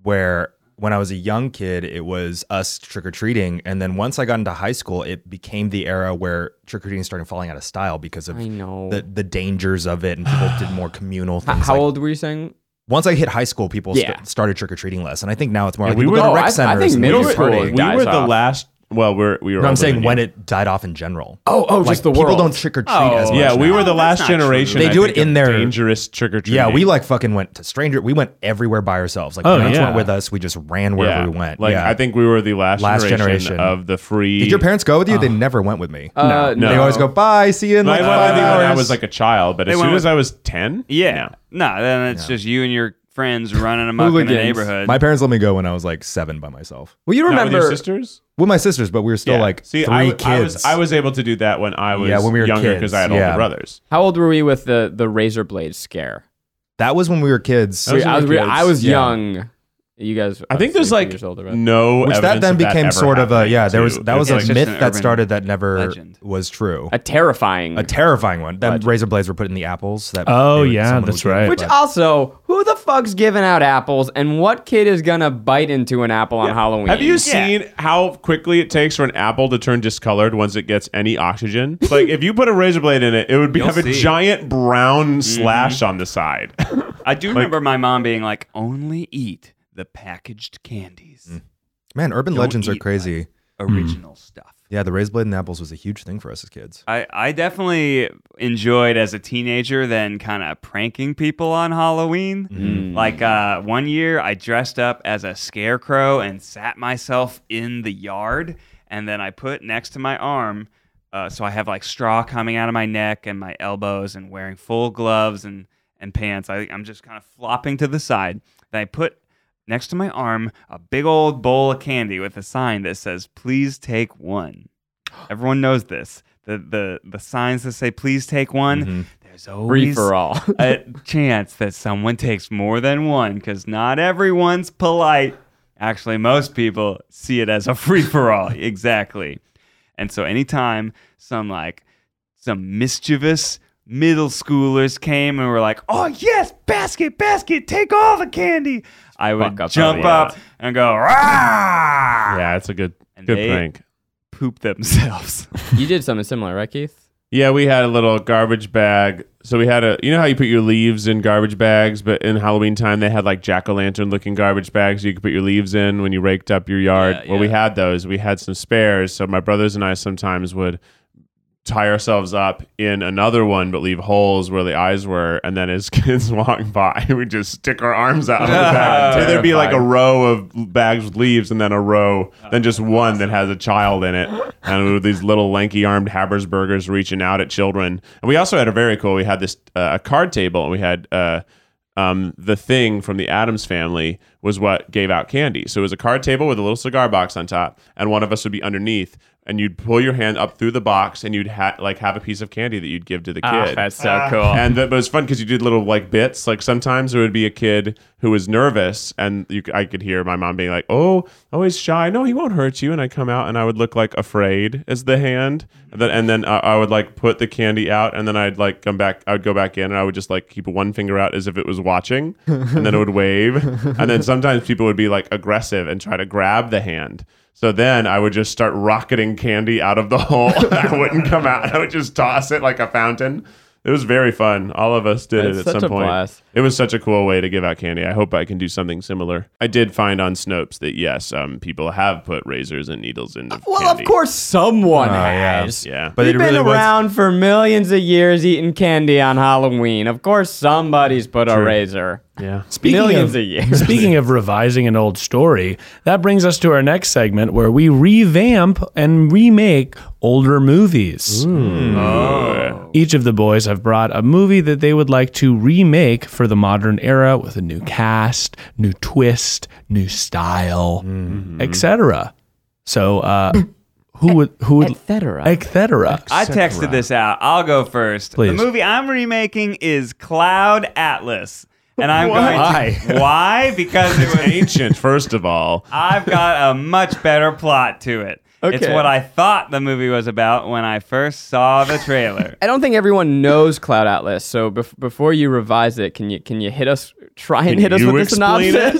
B: where when I was a young kid, it was us trick or treating. And then once I got into high school, it became the era where trick or treating started falling out of style because of
F: I know.
B: The, the dangers of it. And people did
F: <sighs>
B: more communal
F: H-
B: things.
F: how
B: like-
F: old were you saying
B: Once I hit high school, people st-
F: Yeah.
B: started trick or treating less. And I think now it's more like
C: we
B: we
C: were-
B: go to
C: Oh,
B: rec
F: I- I
B: centers.
F: think
B: and
F: middle
B: just
F: school
B: party.
F: is
C: we
F: dies
C: were the
F: off.
C: last. Well, we're we were.
B: But I'm
C: older
B: saying
C: than
B: when
C: you.
B: it died off in general.
F: oh oh
B: Like,
F: just the
B: People
F: world
B: don't trick or treat
F: Oh.
B: as much.
C: Yeah, we
B: now.
C: were the
D: No,
C: last
D: that's not
C: generation.
B: true. They
C: I
B: do
C: think,
B: it in
C: of
B: their-
C: dangerous trick or treat.
B: Yeah, we like fucking went to stranger. We went everywhere by ourselves. Like
G: Oh,
B: parents
G: yeah.
B: went with us. We just ran wherever we went.
C: Like
B: yeah.
C: I think we were the last,
B: Last
C: generation,
B: generation.
C: of the free.
B: Did your parents go with you? they never went with me.
F: uh,
C: No.
B: They always go, bye, see you in
C: I
B: like
C: went
B: five
C: with you
B: hours.
C: when I was like a child, but as
D: They
C: soon
D: went
C: as I was ten,
D: Yeah. No, then it's just you and your friends <laughs> running amok in the
F: Hooligans.
D: neighborhood.
B: my parents let me go when I was like seven by myself
F: well you
C: Not with your
F: remember
C: sisters?
B: with my sisters, but we were still
C: Yeah.
B: like
C: See,
B: three
C: I, w-
B: kids.
C: I was I was able to do that when I was
B: Yeah, when we were
C: younger
B: kids.
C: because I had
B: Yeah.
C: older brothers.
F: How old were we with the the razor blade scare?
B: that was when we were kids.
C: Those
F: I was,
C: were
F: re-
C: kids.
F: I was
B: Yeah.
F: young. You guys,
C: I think there's
F: obviously a few
C: like
F: years older, but-
C: no
B: which that
C: evidence
B: then
C: of
B: became
C: ever
B: sort of a
C: happening,
B: yeah. There was
C: too.
B: that was
C: It's
B: a
C: like-
D: just
B: myth
D: an
B: that
D: urban
B: started that never
D: legend.
B: was true.
F: a terrifying.
B: A terrifying one. Then
F: Legend.
B: razor blades were put in the apples. That
G: Oh,
B: they would-
G: yeah,
B: someone
G: that's
B: was getting
G: right.
F: which
B: bit.
F: also, who the fuck's giving out apples, and what kid is gonna bite into an apple on Halloween?
C: Have you seen how quickly it takes for an apple to turn discolored once it gets
B: <laughs>
C: any oxygen? like if you put a razor blade in it, it would be, have a
D: see. Mm-hmm.
C: giant brown slash on
B: <laughs>
C: the side.
D: I do remember my mom being like, only eat the packaged candies,
B: man, urban
D: Don't
B: legends are
D: eat
B: crazy.
D: original stuff.
B: Yeah, the razor blade and apples was a huge thing for us as kids.
D: I, I definitely enjoyed as a teenager then kind of pranking people on Halloween. Like uh, one year, I dressed up as a scarecrow and sat myself in the yard, and then I put next to my arm, uh, so I have like straw coming out of my neck and my elbows, and wearing full gloves and and pants. I, I'm just kind of flopping to the side. Then I put next to my arm a big old bowl of candy with a sign that says, "Please take
F: <gasps>
D: one." Everyone knows this. The the the signs that say "Please take one." There's
F: Mm-hmm. free
D: always
F: for <laughs> all?
D: a chance that someone takes more than one because not everyone's polite. Actually, most people see it as a <laughs> free for all. exactly. And so, anytime some like some mischievous middle schoolers came and were like, "Oh yes, basket, basket, take all the candy," I would
F: Fuck up
D: jump
F: all
D: up and go, "Rah!"
C: yeah, it's a good
D: And
C: good
D: they-
C: prank.
D: poop themselves.
F: you did something similar, right, Keith?
C: Yeah, we had a little garbage bag. So we had a, you know how you put your leaves in garbage bags, but in Halloween time they had like jack o' lantern looking garbage bags you could put your leaves in when you raked up your yard.
D: Yeah,
C: Well, we
D: yeah.
C: had those. We had some spares. So my brothers and I sometimes would tie ourselves up in another one, but leave holes where the eyes were. And then as <laughs> kids walk by, we just stick our arms out of the bag. So there'd be like a row of bags with leaves and then a row, then just one that has a child in it. And with these little lanky armed Habersburgers reaching out at children. And we also had a very cool, we had this, uh, a card table and we had, uh, um, the thing from the Adams family was what gave out candy. So it was a card table with a little cigar box on top, and one of us would be underneath, and you'd pull your hand up through the box, and you'd ha- like have a piece of candy that you'd give to the kid.
F: Ah, so cool.
C: And that but it was fun because you did little like bits. Like sometimes there would be a kid who was nervous, and you, c- I could hear my mom being like, "Oh, oh, he's shy. No, he won't hurt you." And I come out and I would look like afraid as the hand, and then, and then uh, I, I would like put the candy out, and then I'd like come back. I would go back in, and I would just like keep one finger out as if it was watching, and then it would wave. and then sometimes people would be like aggressive and try to grab the hand. So then I would just start rocketing candy out of the hole. <laughs> I wouldn't come out. I would just toss it like a fountain. It was very fun. All of us did
F: That's
C: it at
F: such
C: some
F: a
C: point.
F: blast.
C: It was such a cool way to give out candy. I hope I can do something similar. I did find on Snopes that yes, um, people have put razors and needles into
F: Well,
C: candy. Oh,
F: of course, someone
B: yeah.
F: has.
C: Yeah.
B: But
F: We've
B: it
F: been
B: really was-
F: around for millions of years eating candy on Halloween. Of course, somebody's put a razor.
C: Yeah.
G: Speaking
F: Millions
G: of,
F: of <laughs> years.
G: Speaking of revising an old story, that brings us to our next segment where we revamp and remake older movies.
F: Oh.
G: Oh. Each of the boys have brought a movie that they would like to remake for the modern era with a new cast, new twist, new style, etc. So, uh, who would who would
F: Etc.
G: etc.
D: I texted this out. I'll go first.
G: Please.
D: The movie I'm remaking is Cloud Atlas. And I'm going to <laughs> why? Because it was
C: Ancient, first
F: <laughs>
C: of all.
D: I've got a much better plot to it. It's
F: Okay.
D: what I thought the movie was about when I first saw the trailer.
F: I don't think everyone knows Cloud Atlas, so bef- before you revise it, can you can you hit us? Try and
C: Can
F: hit us
C: you
F: with the
C: explain it?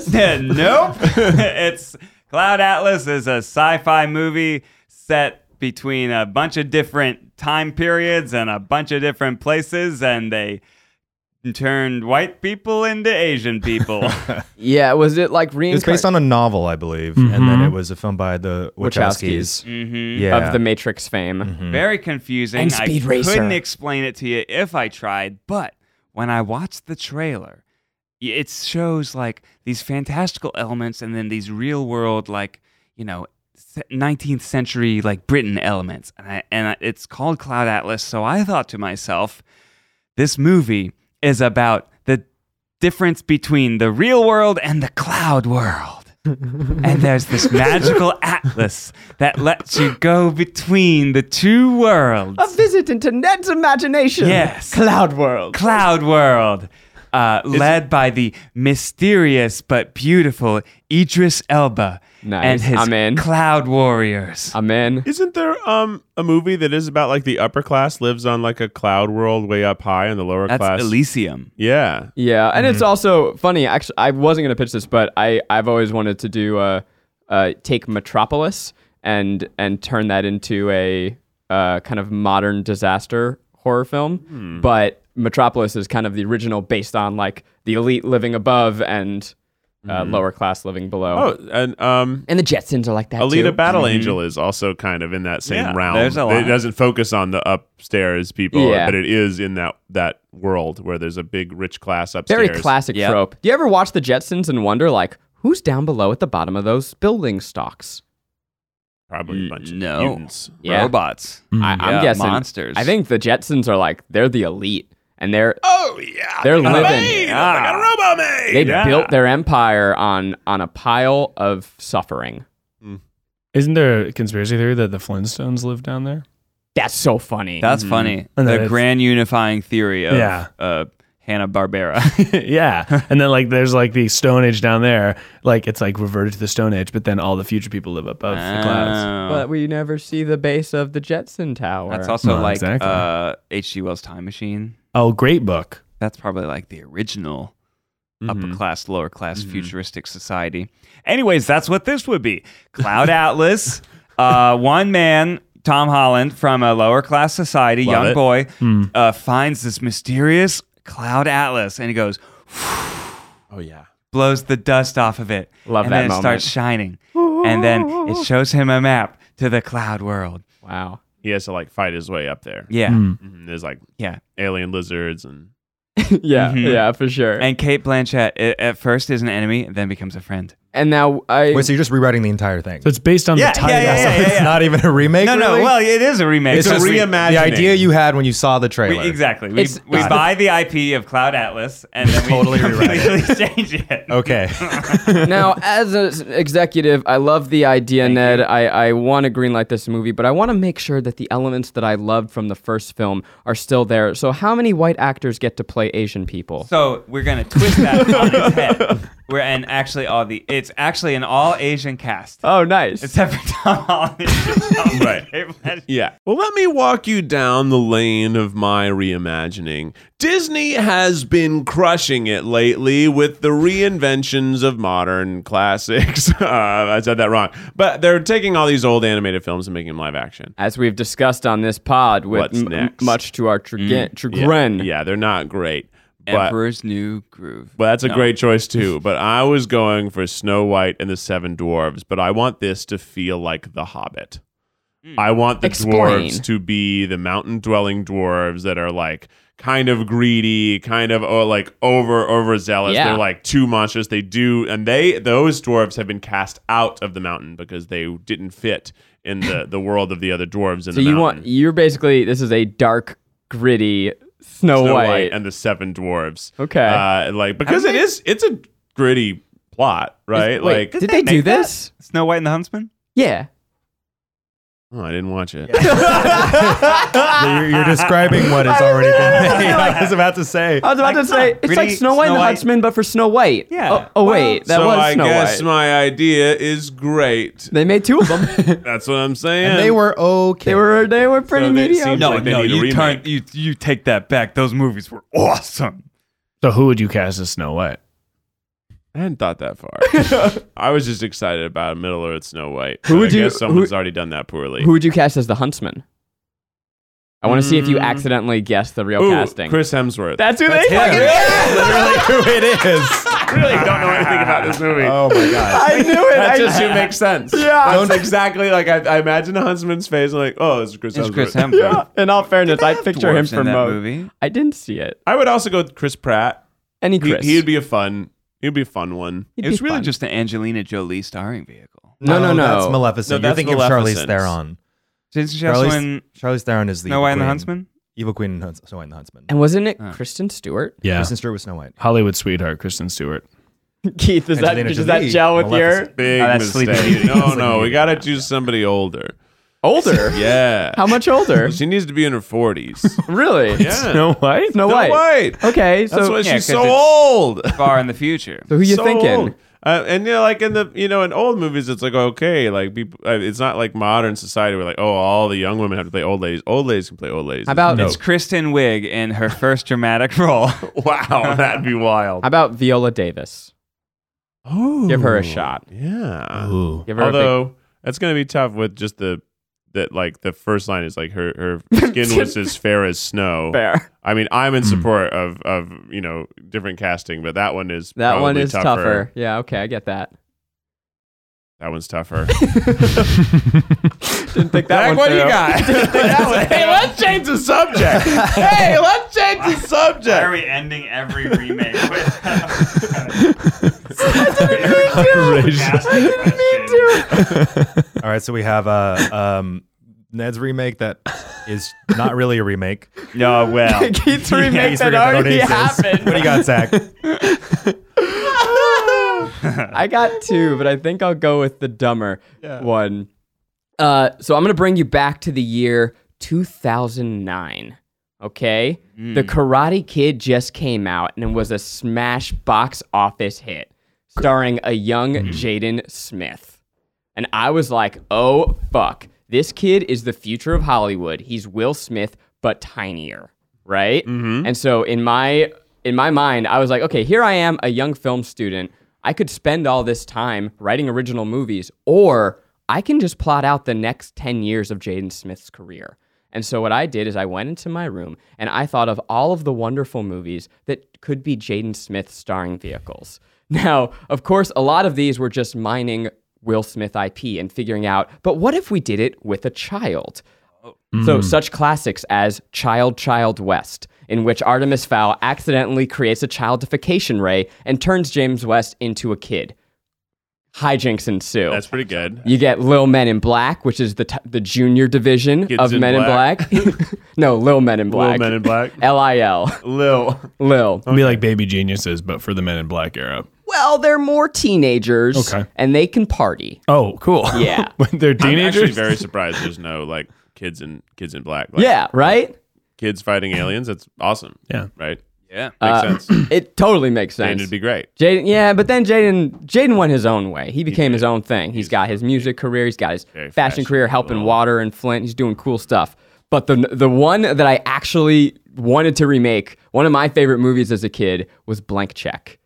D: <laughs>
F: synopsis.
D: nope. it's Cloud Atlas is a sci-fi movie set between a bunch of different time periods and a bunch of different places and they turned white people into Asian people.
F: Yeah, was it like
B: It was
F: reincarnation
B: based on a novel, I believe, and then it was a film by the Wachowskis.
F: Wachowskis.
D: Mm-hmm.
B: Yeah, Mm.
F: of the Matrix fame?
B: Mm-hmm.
D: Very confusing.
F: And Speed
D: I
F: Racer.
D: couldn't explain it to you if I tried, but when I watched the trailer, y- it shows like these fantastical elements and then these real world like, you know, se- 19th century like Britain elements. And I, and I, it's called Cloud Atlas, so I thought to myself, this movie is about the difference between the real world and the cloud
F: <laughs>
D: world. and there's this magical atlas that lets you go between the two worlds.
F: A visit into Ned's imagination.
D: Yes.
F: Cloud World.
D: Cloud world, uh, led by the mysterious but beautiful Idris Elba
F: Nice.
D: and his
F: I'm in.
D: cloud warriors.
F: I'm in.
C: Isn't there um a movie that is about like the upper class lives on like a cloud world way up high and the lower
D: That's
C: class?
D: Elysium.
C: Yeah.
F: Yeah, and
C: Mm-hmm.
F: it's also funny. Actually, I wasn't gonna pitch this, but I I've always wanted to do uh, uh take Metropolis and and turn that into a uh kind of modern disaster horror film.
C: Hmm.
F: But Metropolis is kind of the original, based on like the elite living above and uh, lower class living below.
C: Mm-hmm. Oh, and um
F: and the Jetsons are like that
C: Alita
F: too. Mm-hmm.
C: Battle Angel is also kind of in that same
D: Yeah,
C: realm.
D: there's a lot.
C: It doesn't focus on the upstairs people,
F: Yeah.
C: but it is in that that world where there's a big rich class upstairs.
F: Mm-hmm. Very classic
D: Yep.
F: trope. Do you ever watch the Jetsons and wonder like who's down below at the bottom of those building stocks?
C: Probably a bunch
D: No.
C: of mutants.
F: Yeah.
D: Robots.
F: I, I'm
D: Yeah,
F: guessing
D: monsters.
F: I think the Jetsons are like they're the elite, and they're
C: Oh yeah,
F: They're
C: I got a
F: living.
C: maid! I
D: Ah,
C: got a robo maid!
F: they
C: Yeah.
F: built their empire on on a pile of suffering.
G: Isn't there a conspiracy theory that the Flintstones live down there?
F: That's so funny.
D: That's funny.
G: And
D: the
G: that's-
D: grand unifying theory of
G: Yeah.
D: uh, Hanna
G: <laughs>
D: Barbera.
G: yeah. And then like there's like the Stone Age down there, like it's like reverted to the Stone Age, but then all the future people live above the clouds.
D: Oh.
F: but we never see the base of the Jetson Tower.
D: That's also
G: No,
D: like
G: exactly.
D: uh, H.G. Wells' Time Machine.
G: Oh, great book.
D: That's probably like the original
C: Mm-hmm.
D: upper class, lower class futuristic society. Anyways, that's what this would be
C: <laughs>
D: Cloud Atlas, uh, one man. Tom Holland from a lower class society,
C: Love
D: young
C: it. Hmm.
D: boy, uh, finds this mysterious cloud atlas and he goes,
C: <sighs> Oh yeah.
D: blows the dust off of it.
F: Love
D: and
F: that
D: then it
F: moment.
D: starts shining. And then
C: <laughs>
D: it shows him a map to the cloud world.
F: wow.
C: He has to like fight his way up there.
D: Yeah.
C: Mhm, There's like
D: Yeah.
C: alien lizards and
F: <laughs> yeah,
D: Mhm.
F: yeah, for sure. And,
D: And Kate Blanchett i- at first is an enemy, and then becomes a friend.
F: now I
B: Wait, so you're just rewriting the entire thing? <laughs>
G: So it's based on
D: Yeah,
G: the title.
D: yeah, yeah, yeah,
B: it's
D: yeah.
B: not even a remake.
D: No, no.
B: really?
D: Well, it is a remake.
B: it's
D: So
B: just
D: we-
B: re-
C: reimagining.
B: The idea you had when you saw the
D: we-
B: trailer.
D: exactly. We,
F: It's-
D: we
F: Got it.
D: buy the IP of Cloud Atlas, and then we
B: Totally rewrite
D: <laughs> completely change <laughs> it. Oh.
B: Okay.
F: now as an executive, I love the idea, Ned. I, I want to greenlight this movie, but I want to make sure that the elements that I loved from the first film are still there. So how many white actors get to play Asian people?
D: So we're gonna twist that on its head. We're and actually all the i- It's actually an all Asian cast.
F: Oh, nice.
D: Except for Tom Holland. <laughs> right.
C: Yeah. Well, let me walk you down the lane of my reimagining. Disney has been crushing it lately with the reinventions of modern classics. <laughs> uh, I said that wrong. But they're taking all these old animated films and making them live action.
F: As we've discussed on this pod, with
C: What's next? Mm,
F: much to our chagrin,
C: Yeah.
F: chagrin
C: Yeah, they're not great. But,
D: Emperor's New Groove.
C: but that's a great
F: <laughs>
C: choice too. But I was going for Snow White and the Seven Dwarves, but I want this to feel like The Hobbit. I want the
F: Hmm. Explain.
C: dwarves to be the mountain dwelling dwarves that are like kind of greedy, kind of oh, like over overzealous.
F: Yeah.
C: They're like too monstrous. They do and they those dwarves have been cast out of the mountain because they didn't fit in the the world of the other dwarves
F: So
C: in the
F: you
C: mountain.
F: want you're basically this is a dark, gritty Snow,
C: Snow
F: White.
C: White. and the Seven Dwarves.
F: Okay.
C: uh, like because it is it's a gritty plot, right?
F: Is- wait,
C: like
F: did they, do this?
D: Snow White and the Huntsman?
F: Yeah.
C: oh, I didn't watch it.
B: You're, you're describing what has already been made. <laughs> I was about to
F: <laughs>
B: say.
F: I was about
D: Like,
F: to say it's
D: really
F: like Snow White
D: Snow
F: and the
D: White-
F: Huntsman, but for Snow White.
D: Yeah.
F: Oh, oh, wait, <laughs> that
C: so
F: was
C: I
F: Snow
C: guess
F: White.
C: my idea is great.
F: they made two of
C: <laughs>
F: them.
C: That's what I'm saying.
B: And they were okay.
F: they were they were pretty
C: So they
F: mediocre.
C: seem- No, like they need a
D: you,
C: remake.
D: turn, you, you take that back. Those movies were awesome.
G: So who would you cast as Snow White?
C: I hadn't thought
F: <laughs>
C: that far. I was just excited about Middle Earth Snow White.
F: Who
C: but
F: would
C: I
F: you-
C: Guess someone's already done that poorly.
F: Who would you cast as the Huntsman? I want to see if you accidentally guess the real
C: Mm. Ooh,
F: casting.
C: Chris Hemsworth. <laughs>
F: That's who they fucking
B: literally who it is.
C: really don't know anything about this movie.
F: <laughs>
B: Oh my <laughs> god.
F: I knew it. I
C: That's just who
F: <laughs>
C: makes sense. Yeah, that's exactly like I, I imagine a huntsman's face. like, oh, it's Chris
D: It's
C: Hemsworth.
D: Chris Hemsworth.
F: In all fairness, I picture him
D: Dwarfs in
F: from
D: that
F: Mo.
D: movie.
F: I didn't see it.
C: <laughs> I would also go with Chris Pratt.
F: Any
C: He,
F: Chris?
C: he'd be a fun. He'd be a fun one.
F: He'd
D: It was
F: be
D: really
F: fun.
D: just an Angelina Jolie starring vehicle.
F: no, no, no.
B: That's Maleficent.
C: No,
B: You're
C: that's
B: thinking of Charlize
C: Maleficent.
B: Theron.
D: Jason
B: Charlize,
D: Jocelyn,
B: Charlize Theron is the
D: Snow
B: evil
D: White and the
B: queen.
D: Huntsman?
B: Evil Queen and Hunts- Snow White and the Huntsman.
F: and wasn't it Kristen Stewart?
G: Yeah.
B: Kristen Stewart was Snow White.
G: Hollywood sweetheart, Kristen Stewart.
F: <laughs> Keith, is that,
B: Angelina
F: does that
B: Jolie,
F: gel with your
B: Maleficent.
C: Big
D: Oh, <laughs> that's Sleeping
C: mistake.
D: Beauty.
C: No, no, we gotta choose somebody older.
F: older?
C: <laughs> Yeah,
F: How much older?
C: She needs to be in
D: <laughs>
C: her forties.
F: really?
C: Yeah,
G: Snow
F: <laughs>
G: White?
F: Snow
C: No
F: White.
C: way.
F: Okay, so
C: That's why
D: Oh, Yeah, 'cause
C: she's so
D: it's-
C: old.
D: Far in the <laughs> future.
F: so who you
C: so
F: thinking?
C: old. Uh, and you know, like in the you know in old movies, it's like okay, like people, uh, it's not like modern society where like oh all the young women have to play old ladies. Old ladies can play old ladies.
F: How about
D: It's Kristen Wiig in her first dramatic <laughs> role.
C: <laughs> wow, that'd be wild.
F: how about Viola Davis?
C: Oh,
F: Give her a shot.
C: Yeah.
G: Ooh.
F: Give her
C: Although that's gonna be tough with just the that like the first line is like her
F: <laughs>
C: her skin was as fair as snow.
F: a big bear.
C: I mean, I'm
F: Mm.
C: in support of of you know different casting, but that one is
F: That one
C: probably
F: is
C: tougher.
F: tougher. Yeah. Okay, I get that.
C: That one's
F: <laughs>
C: tougher.
F: Didn't think that
C: Zach,
F: one.
C: what do you
F: through.
C: got?
F: Didn't think that <laughs> one
C: hey, let's change the subject. hey, let's change the subject.
D: we ending every remake
C: <laughs>
D: with?
B: <laughs>
F: <laughs>
B: All right, so we have uh, um, Ned's remake that is not really a
F: <laughs>
B: remake.
D: no, well.
F: Keith's
B: <laughs> Yeah,
F: remake
B: he's
F: that
B: forgot
F: already
B: exists. What do
F: happened.
B: you got,
F: <laughs>
B: Zach?
F: I got two, but I think I'll go with the dumber one. Uh, so I'm going to bring you back to the year 2009. Okay? The Karate Kid just came out and it was a smash box office hit starring a young Jaden Smith. And I was like, oh, fuck. This kid is the future of Hollywood. He's Will Smith, but tinier, right? And so in my in my mind, I was like, okay, here I am, a young film student. I could spend all this time writing original movies, or I can just plot out the next 10 years of Jaden Smith's career. And so what I did is I went into my room and I thought of all of the wonderful movies that could be Jaden Smith starring vehicles. <laughs> Now, of course, a lot of these were just mining Will Smith IP and figuring out, but what if we did it with a child? So, such classics as Child Child West, in which Artemis Fowl accidentally creates a childification ray and turns James West into a kid. Hijinks ensue.
C: <laughs> That's
F: <laughs>
C: pretty good.
F: You get Lil Men in Black, which is the t- the junior division
C: Kids
F: of
C: in
F: Men
C: Black.
F: in Black.
C: <laughs>
F: <laughs> no, Lil Men in
C: Little
F: Black.
C: Men in Black.
F: <laughs> L I L.
C: Lil.
F: Lil.
G: It'd Be like baby geniuses, but for the Men in Black era.
F: Well, they're more teenagers.
G: Okay.
F: And they can party.
G: Oh, cool.
C: <laughs>
F: Yeah.
G: <laughs> When They're
C: I'm actually
G: teenagers.
C: very surprised there's no like kids in kids in black. Like,
F: yeah, right?
C: Kids fighting aliens. That's awesome.
G: Yeah.
C: Right.
D: Yeah.
F: Uh,
C: Makes
F: <clears throat>
C: sense.
F: it totally makes
C: And
F: sense.
C: it'd be great.
F: Jaden, yeah, but then Jaden, Jaden went his own way. He became his own thing. he's got his music career. He's got his
C: Very
F: fashion, career, helping Water and Flint. He's doing cool stuff. But the the one that I actually wanted to remake, one of my favorite movies as a kid was Blank Check.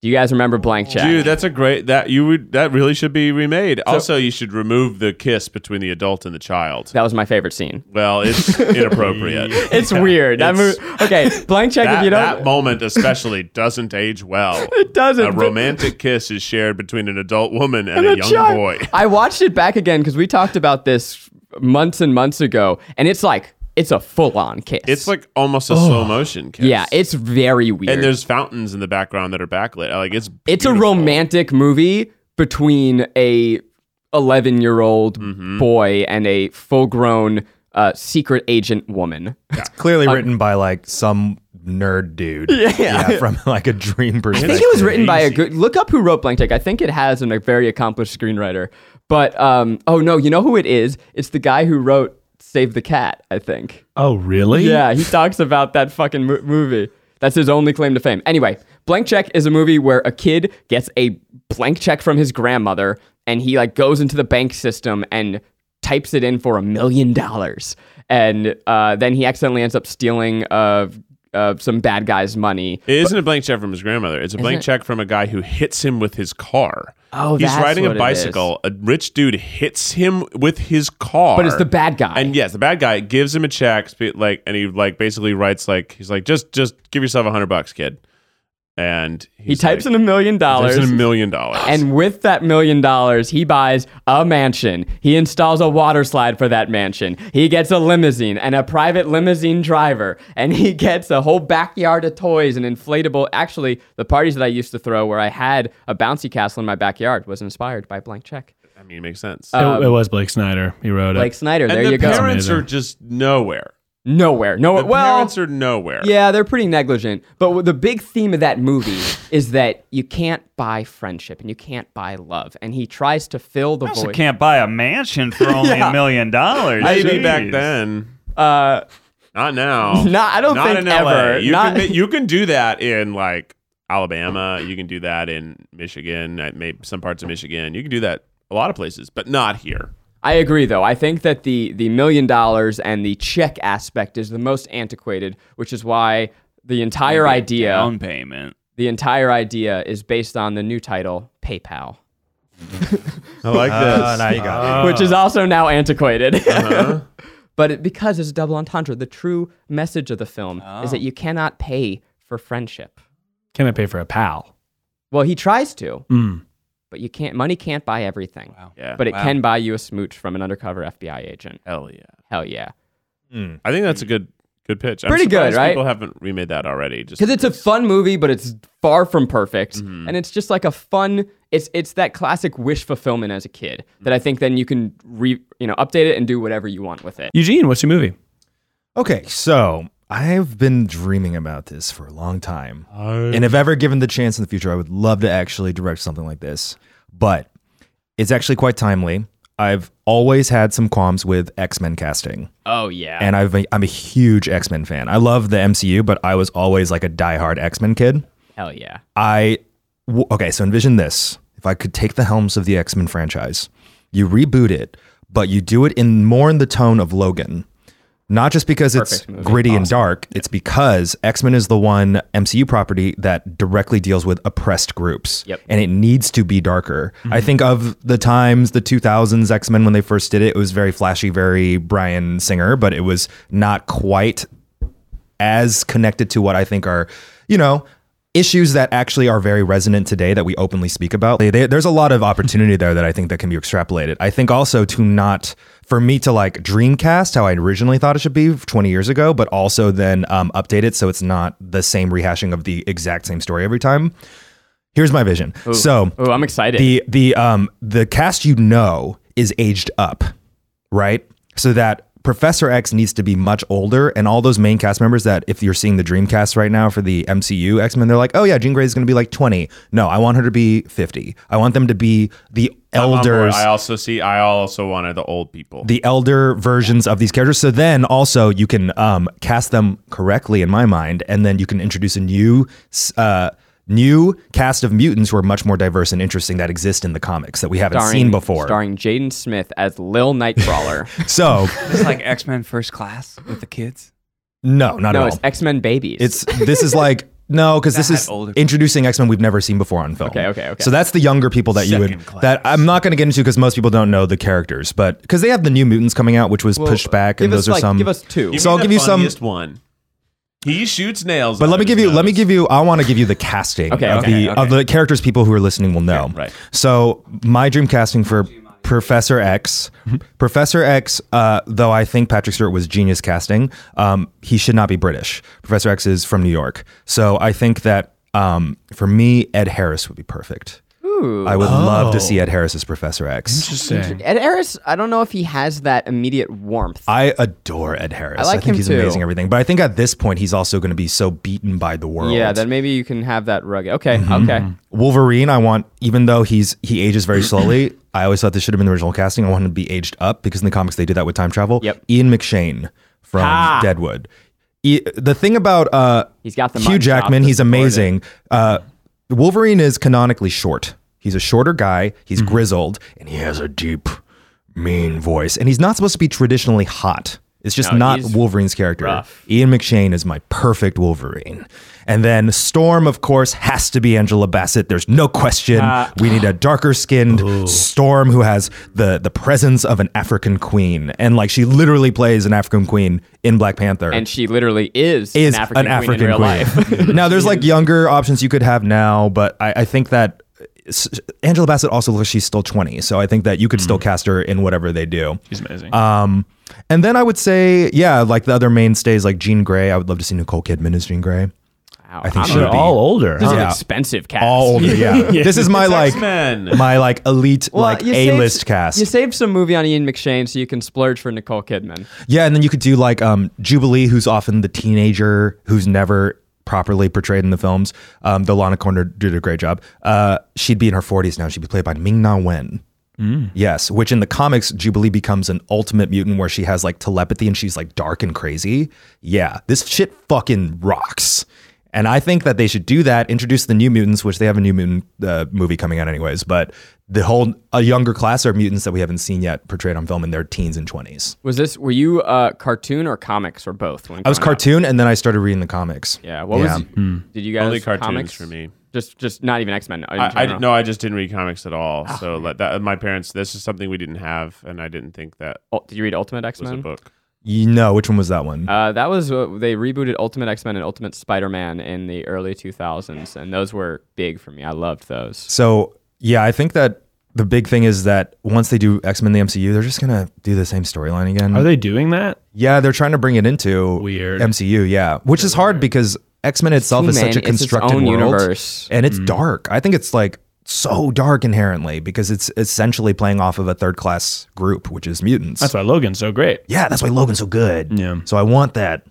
F: Do you guys remember Blank Check?
C: Dude, that's a great that you would that really should be remade. also, you should remove the kiss between the adult and the child.
F: that was my favorite
C: <laughs>
F: scene. <laughs>
C: well, it's inappropriate.
F: It's weird. That
C: It's-
F: movie, okay, Blank Check. if
C: That,
F: you don't,
C: that moment especially doesn't
F: <laughs>
C: age well. It
F: doesn't.
C: A romantic kiss is shared between an adult woman and, a
F: And a
C: young
F: child.
C: boy.
F: I watched it back again because we talked about this months and months ago, and it's like it's a full on kiss.
C: It's like almost a slow motion kiss.
F: yeah, it's very weird.
C: and there's fountains in the background that are backlit. Like it's
F: it's a
C: beautiful.
F: romantic movie between a 11 year old
C: Mm-hmm.
F: boy and a full grown uh, secret agent woman.
B: It's clearly
F: Uh,
B: written by like some nerd
F: <laughs>
B: dude. Yeah. from like a dream
F: I
B: perspective.
F: think it was written by a good. Look up who wrote Blank Check. I think it has an, a very accomplished screenwriter. But um, oh no, you know who it is? It's the guy who wrote Save the Cat. I think.
G: Oh, really?
F: Yeah, he talks about that fucking mo- movie. That's his only claim to fame. Anyway, Blank Check is a movie where a kid gets a blank check from his grandmother and he like goes into the bank system and types it in for a million dollars. And uh, then he accidentally ends up stealing uh, uh, some bad guy's money.
C: It isn't a blank check from his grandmother. It's a blank check from a guy who hits him with his car.
F: Oh,
C: he's
F: that's
C: riding
F: what
C: a
F: it
C: bicycle. A rich dude hits him with his car.
F: But it's the bad guy.
C: And yes, the bad guy gives him a check, spe- like, and he like basically writes like he's like just just give yourself a hundred bucks, kid. And
F: he types in a million dollars.
C: in a million dollars.
F: And with that million dollars, he buys a mansion. He installs a water slide for that mansion. He gets a limousine and a private limousine driver. And he <laughs> gets a whole backyard of toys and inflatable. Actually, the parties that I used to throw where I had a bouncy castle in my backyard was inspired by Blank Check.
C: I mean, it makes sense.
G: It- it, was Blake Snyder. He wrote
F: Blake
G: it.
F: Snyder, Uh, there
C: and the
F: you go.
C: parents
G: Amazing.
C: are just nowhere.
F: nowhere.
C: The
F: Nowhere. Well,
C: parents are nowhere.
F: yeah, they're pretty negligent. But w- the big theme of that movie is that you can't buy friendship and you can't buy love. And he tries to fill the
D: I also
F: void.
D: can't buy a mansion
C: <laughs>
D: for only a million dollars.
C: maybe
D: Jeez.
C: back then.
F: Uh, <laughs>
C: Not now.
F: Not- I don't
C: Not
F: think
C: in LA.
F: ever.
C: You
F: Not-
C: can you can do that in like Alabama. You can do that in Michigan. uh, Maybe some parts of Michigan. You can do that a lot of places, but not here.
F: I agree, though. I think that the the million dollars and the check aspect is the most antiquated, which is why the entire idea
D: Down payment.
F: the entire idea is based on the new title PayPal,
C: I like
B: Uh, now you got
C: Uh-huh.
F: which is also now antiquated. <laughs> but it, because it's a double entendre, the true message of the film is
C: Oh.
F: that you cannot pay for friendship.
G: Can I pay for a pal?
F: Well, he tries to,
C: Hmm.
G: Mm.
F: but you can't. Money can't buy everything.
C: Yeah.
F: But it can buy you a smooch from an undercover FBI agent.
C: hell yeah.
F: Hell yeah.
C: I think that's a good good pitch. I'm
F: Pretty good,
C: surprised
F: right?
C: People haven't remade that already. Just
F: because it's a fun movie, but it's far from perfect, and it's just like a fun. It's it's that classic wish fulfillment as a kid that I think then you can re you know update it and do whatever you want with it.
G: Eugene, what's your movie?
B: Okay, so I've been dreaming about this for a long time. and if ever given the chance in the future, I would love to actually direct something like this. But it's actually quite timely. I've always had some qualms with X Men casting.
F: Oh yeah,
B: and I've been, I'm a huge X Men fan. I love the MCU, but I was always like a diehard X Men kid.
F: hell yeah.
B: I w- okay, so envision this: if I could take the helms of the X Men franchise, you reboot it, but you do it in more in the tone of Logan. Not just because it's
F: Perfect movie.
B: gritty and dark, it's because X Men is the one MCU property that directly deals with oppressed groups.
F: Yep. Mm-hmm.
B: And it needs to be darker. I think of the times, the 2000s X Men, when they first did it, it was very flashy, very Brian Singer, but it was not quite as connected to what I think are, you know, issues that actually are very resonant today that we openly speak about. They- they- there's a lot of opportunity there that I think that can be extrapolated. I think also to not for me to like dreamcast how I originally thought it should be 20 years ago, but also then um, update it so it's not the same rehashing of the exact same story every time. Here's my vision. So
F: Oh, I'm excited.
B: the the um the cast you know is aged up, right? So that Professor X needs to be much older, and all those main cast members that if you're seeing the Dreamcast right now for the MCU X Men, they're like, oh yeah, Jean Grey is going to be like 20. No, I want her to be 50. I want them to be the elders.
C: I also see. I also wanted the old people.
B: the elder versions of these characters. So then also you can um, cast them correctly in my mind, and then you can introduce a new uh, new cast of mutants who are much more diverse and interesting that exist in the comics that we haven't seen before.
F: starring Jaden Smith as
B: <laughs>
F: Lil Nightcrawler.
B: So
D: It's like X Men First Class with the kids.
B: no, not
F: no,
B: at
F: it's
B: all.
F: X Men Babies.
B: It's this is like no, because this
D: That
B: is
D: older-
B: introducing X Men we've never seen before on film.
F: Okay, okay, okay.
B: So that's the younger people that you would that I'm not going to get into because most people don't know the characters, but because they have the new mutants coming out, which was pushed back, and
F: give us
B: those are
F: like,
B: some.
F: give us two.
C: Give
B: So
C: me
B: I'll
C: the
B: give you some-
C: funniest one. He shoots nails.
B: But
C: out
B: let me
C: of
B: give
C: his
B: you. Let me
C: nose.
B: give you. I want to give you the casting
F: Okay,
B: of
F: okay,
B: the of the characters. People who are listening will know.
C: Okay, right.
B: So my dream casting for Professor X,
F: Mm-hmm.
B: Professor X. Uh, though I think Patrick Stewart was genius casting. Um, he should not be British. Professor X is from New York. So I think that um, for me, Ed Harris would be perfect. I would love to see Ed Harris as Professor X.
G: Interesting.
F: Ed Harris, I don't know if he has that immediate warmth.
B: I adore Ed Harris.
F: I like
B: think
F: him
B: he's
F: too.
B: amazing and everything. But I think at this point he's also going to be so beaten by the world.
F: yeah, then maybe you can have that rugged. Okay,
B: Mm-hmm.
F: okay.
B: Wolverine, I want, even though he's he ages very slowly, I always thought this should have been the original casting. I want him to be aged up because in the comics they do that with time travel.
F: Yep.
B: Ian McShane from Deadwood. E- the thing about uh,
F: He's got the
B: Hugh
F: mutton chop
B: Jackman,
F: to
B: he's
F: support it.
B: amazing. Uh, Wolverine is canonically short. He's a shorter guy. He's grizzled, and he has a deep, mean voice. And he's not supposed to be traditionally hot. It's just
F: No,
B: not
F: he's
B: Wolverine's character.
F: rough.
B: Ian McShane is my perfect Wolverine. And then Storm, of course, has to be Angela Bassett. There's no question.
F: Uh,
B: we need a darker skinned Storm who has the, the presence of an African queen. And like she literally plays an African queen in Black Panther
F: And she literally is,
B: is
F: an African, queen in
B: <laughs>
F: real life.
B: now, there's
F: <laughs>
B: like younger options you could have now, but I, I think that s- Angela Bassett also looks she's still 20, so I think that you could still
F: Mm.
B: cast her in whatever they do.
G: He's amazing.
B: Um, and then I would say, yeah, like the other mainstays like Jean Grey. I would love to see Nicole Kidman as Jean Grey.
F: Wow,
B: I think
F: I'm
B: she would
G: They're
B: be-
G: all older.
F: This is
B: Yeah.
F: an expensive cast.
B: All
F: <laughs>
B: older, yeah. This is my like
C: X-Men.
B: my like elite
F: Well,
B: like
F: you saved-
B: A list cast.
F: You saved some movie on Ian McShane so you can splurge for Nicole Kidman.
B: Yeah, and then you could do like um, Jubilee, who's often the teenager who's never properly portrayed in the films. Um, though Lana Corner did a great job. Uh, she'd be in her 40s now. She'd be played by Ming Na Wen. Yes, which in the comics, Jubilee becomes an ultimate mutant where she has like telepathy and she's like dark and crazy. Yeah, this shit fucking rocks. And I think that they should do that, introduce the new mutants, which they have a new mutant uh, movie coming out, anyways. But the whole, a younger class of mutants that we haven't seen yet portrayed on film in their teens and 20s.
F: Was this, were you uh, cartoon or comics or both? When
B: I was
F: growing up?
B: cartoon, and then I started reading the comics.
F: Yeah, what
B: Yeah. Hmm.
F: was, did you guys,
C: Only cartoons
F: comics?
C: for me.
F: Just, just not even X-Men.
C: I, I didn't- no, I just didn't read comics at all.
F: Ah.
C: so like that, my parents. This is something we didn't have, and I didn't think that
F: Did you read Ultimate
C: was a
F: X-Men?
C: book.
B: You know which one was that one?
F: Uh, that was uh, they rebooted Ultimate X Men and Ultimate Spider Man in the early 2000s, and those were big for me. I loved those.
B: so yeah, I think that the big thing is that once they do X Men the MCU, they're just gonna do the same storyline again.
G: Are they doing that?
B: yeah, they're trying to bring it into
G: Weird.
B: MCU. Yeah, which is hard because X Men itself is such a
F: He-Man, it's its
B: constructed
F: own
B: world,
F: universe.
B: and
G: Mm.
B: it's dark. I think it's like so dark inherently because it's essentially playing off of a third class group, which is mutants.
G: That's why Logan's so great.
B: yeah, that's why Logan's so good.
G: Yeah.
B: So I want that.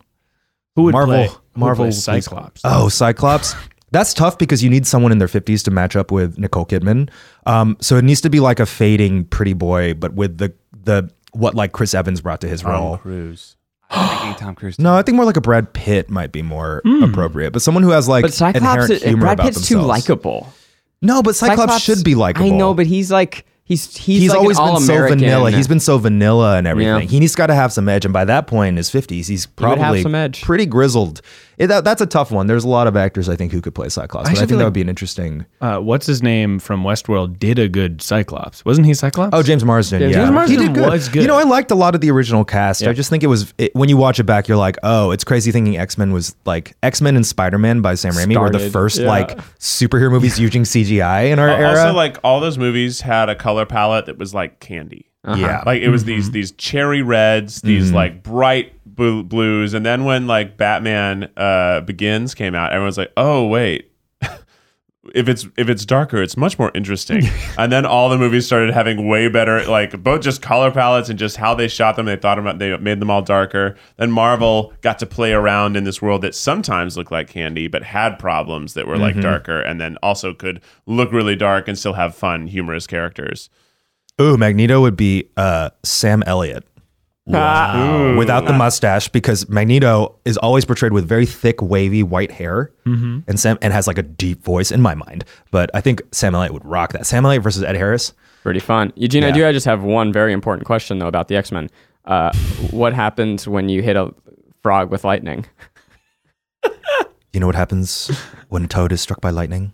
G: Who would
B: Marvel-
G: play? who would
B: Marvel-
G: play Cyclops.
B: Oh, Cyclops. That's tough because you need someone in their 50s to match up with Nicole Kidman. Um, so it needs to be like a fading pretty boy, but with the the what like Chris Evans brought to his
F: Um,
B: role.
C: Cruise.
D: I'm thinking Tom Cruise.
B: No, I think more like a Brad Pitt might be more appropriate, but someone who has like
F: Hmm. But Cyclops,
B: inherent humor
F: Brad
B: about
F: Pitt's too
B: themselves.
F: likable.
B: No, but Cyclops, should be likable.
F: I know, but he's like he's he's,
B: he's
F: like an
B: always been so
F: all-American.
B: vanilla. He's been so vanilla and everything.
F: Yeah.
B: He needs got to have some edge, and by that point in his fifties, he's
F: would have
B: probably
F: some edge.
B: pretty grizzled. It- that- that's a tough one. There's a lot of actors I think who could play Cyclops, but I
G: should
B: think
G: be
B: that
G: like-
B: would be an interesting.
G: Uh, what's his name from Westworld did a good Cyclops? Wasn't he Cyclops?
B: Oh, James Marsden.
F: James
B: yeah,
G: Marsden
B: he did good.
G: was good.
B: You know, I liked a lot of the original cast. I
G: Yeah.
B: just think it was it, when you watch it back, you're like, oh, it's crazy thinking X Men was like X Men and Spider Man by Sam Raimi were the
G: Started,
B: first
G: yeah.
B: like superhero movies using CGI in our era.
C: Uh, Also, like all those movies had a color palette that was like candy.
B: yeah,
C: Like it was these these cherry reds, these like bright blue, blues, and then when like Batman uh, Begins came out, everyone's like, "Oh wait, if it's if it's darker, it's much more
F: <laughs>
C: interesting." and then all the movies started having way better like both just color palettes and just how they shot them. They thought about they made them all darker. Then Marvel got to play around in this world that sometimes looked like candy, but had
F: Mm-hmm.
C: problems that were like darker, and then also could look really dark and still have fun, humorous characters.
B: Ooh, Magneto would be uh, Sam Elliott. Without the mustache, because Magneto is always portrayed with very thick, wavy white hair,
F: Mm-hmm.
B: and Sam and has like a deep voice in my mind. But I think Sam Elliott would rock that. Sam Elliott versus Ed Harris.
F: Pretty fun. Eugene, I do I just have one very important question though about the X Men. Uh, what happens when you hit a frog with lightning? <laughs>
B: You know what happens when Toad is struck by lightning?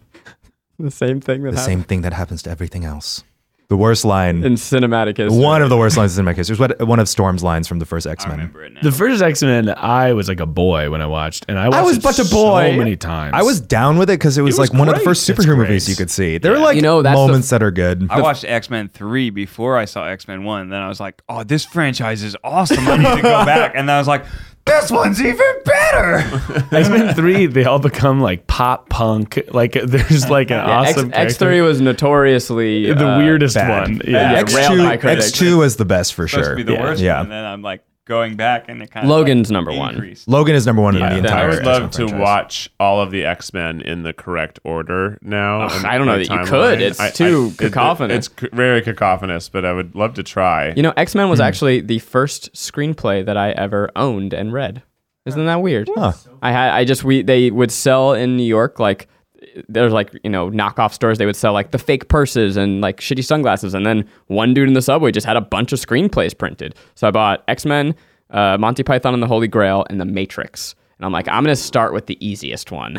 F: The same thing that
B: The
F: happens
B: same thing that happens to everything else. The worst line.
F: in cinematic history.
B: one of the worst lines in my case. There's what- one of Storm's lines from the first X Men.
D: Remember it now.
G: The first X Men, I was like a boy when I watched, and I, watched
F: was
G: it
F: but a boy.
G: so many times.
B: I
G: <laughs>
B: was down with it because it was,
G: was
B: like one of the
G: great.
B: first
G: It's
B: superhero
G: great.
B: movies you could see. There are like
F: You know, that's the-
B: moments that are good.
D: I watched X Men 3 before I saw X Men 1. Then I was like, oh, this franchise is awesome. I need to
C: <laughs>
D: go back. And I was like, this one's even better.
C: <laughs>
G: X Men Three. They all become like pop punk. Like <laughs> there's like
F: <laughs>
G: an
F: Yeah,
G: awesome
F: X three
G: character.
F: was notoriously
G: the
F: uh,
G: weirdest
B: bad.
G: one.
F: Yeah,
G: Yeah,
F: X- railed by
B: X2,
F: critics.
B: X2 is the best for
D: Supposed
B: sure.
D: to be the
G: Yeah.
D: worst
B: Yeah.
D: one. And then I'm like going back and it kind
F: Logan's
D: of like,
F: number one.
D: increased.
B: Logan is number one in the
F: then
B: entire.
C: I would
B: X-Men
C: love to
B: franchise.
C: watch all of the X Men in the correct order now.
F: Ugh,
C: and
F: I don't know
C: the
F: that you
C: timeline.
F: could. It's too
C: it- it-
F: cacophonous.
C: it's c- very cacophonous, but I would love to try.
F: You know, X Men
C: Hmm.
F: was actually the first screenplay that I ever owned and read. Isn't that weird? I had I just we they would sell in New York like there's like you know knockoff stores they would sell like the fake purses and like shitty sunglasses and then one dude in the subway just had a bunch of screenplays printed so i bought x-men uh, monty python and the holy grail and the matrix and i'm like i'm gonna start with the easiest
C: <laughs>
F: one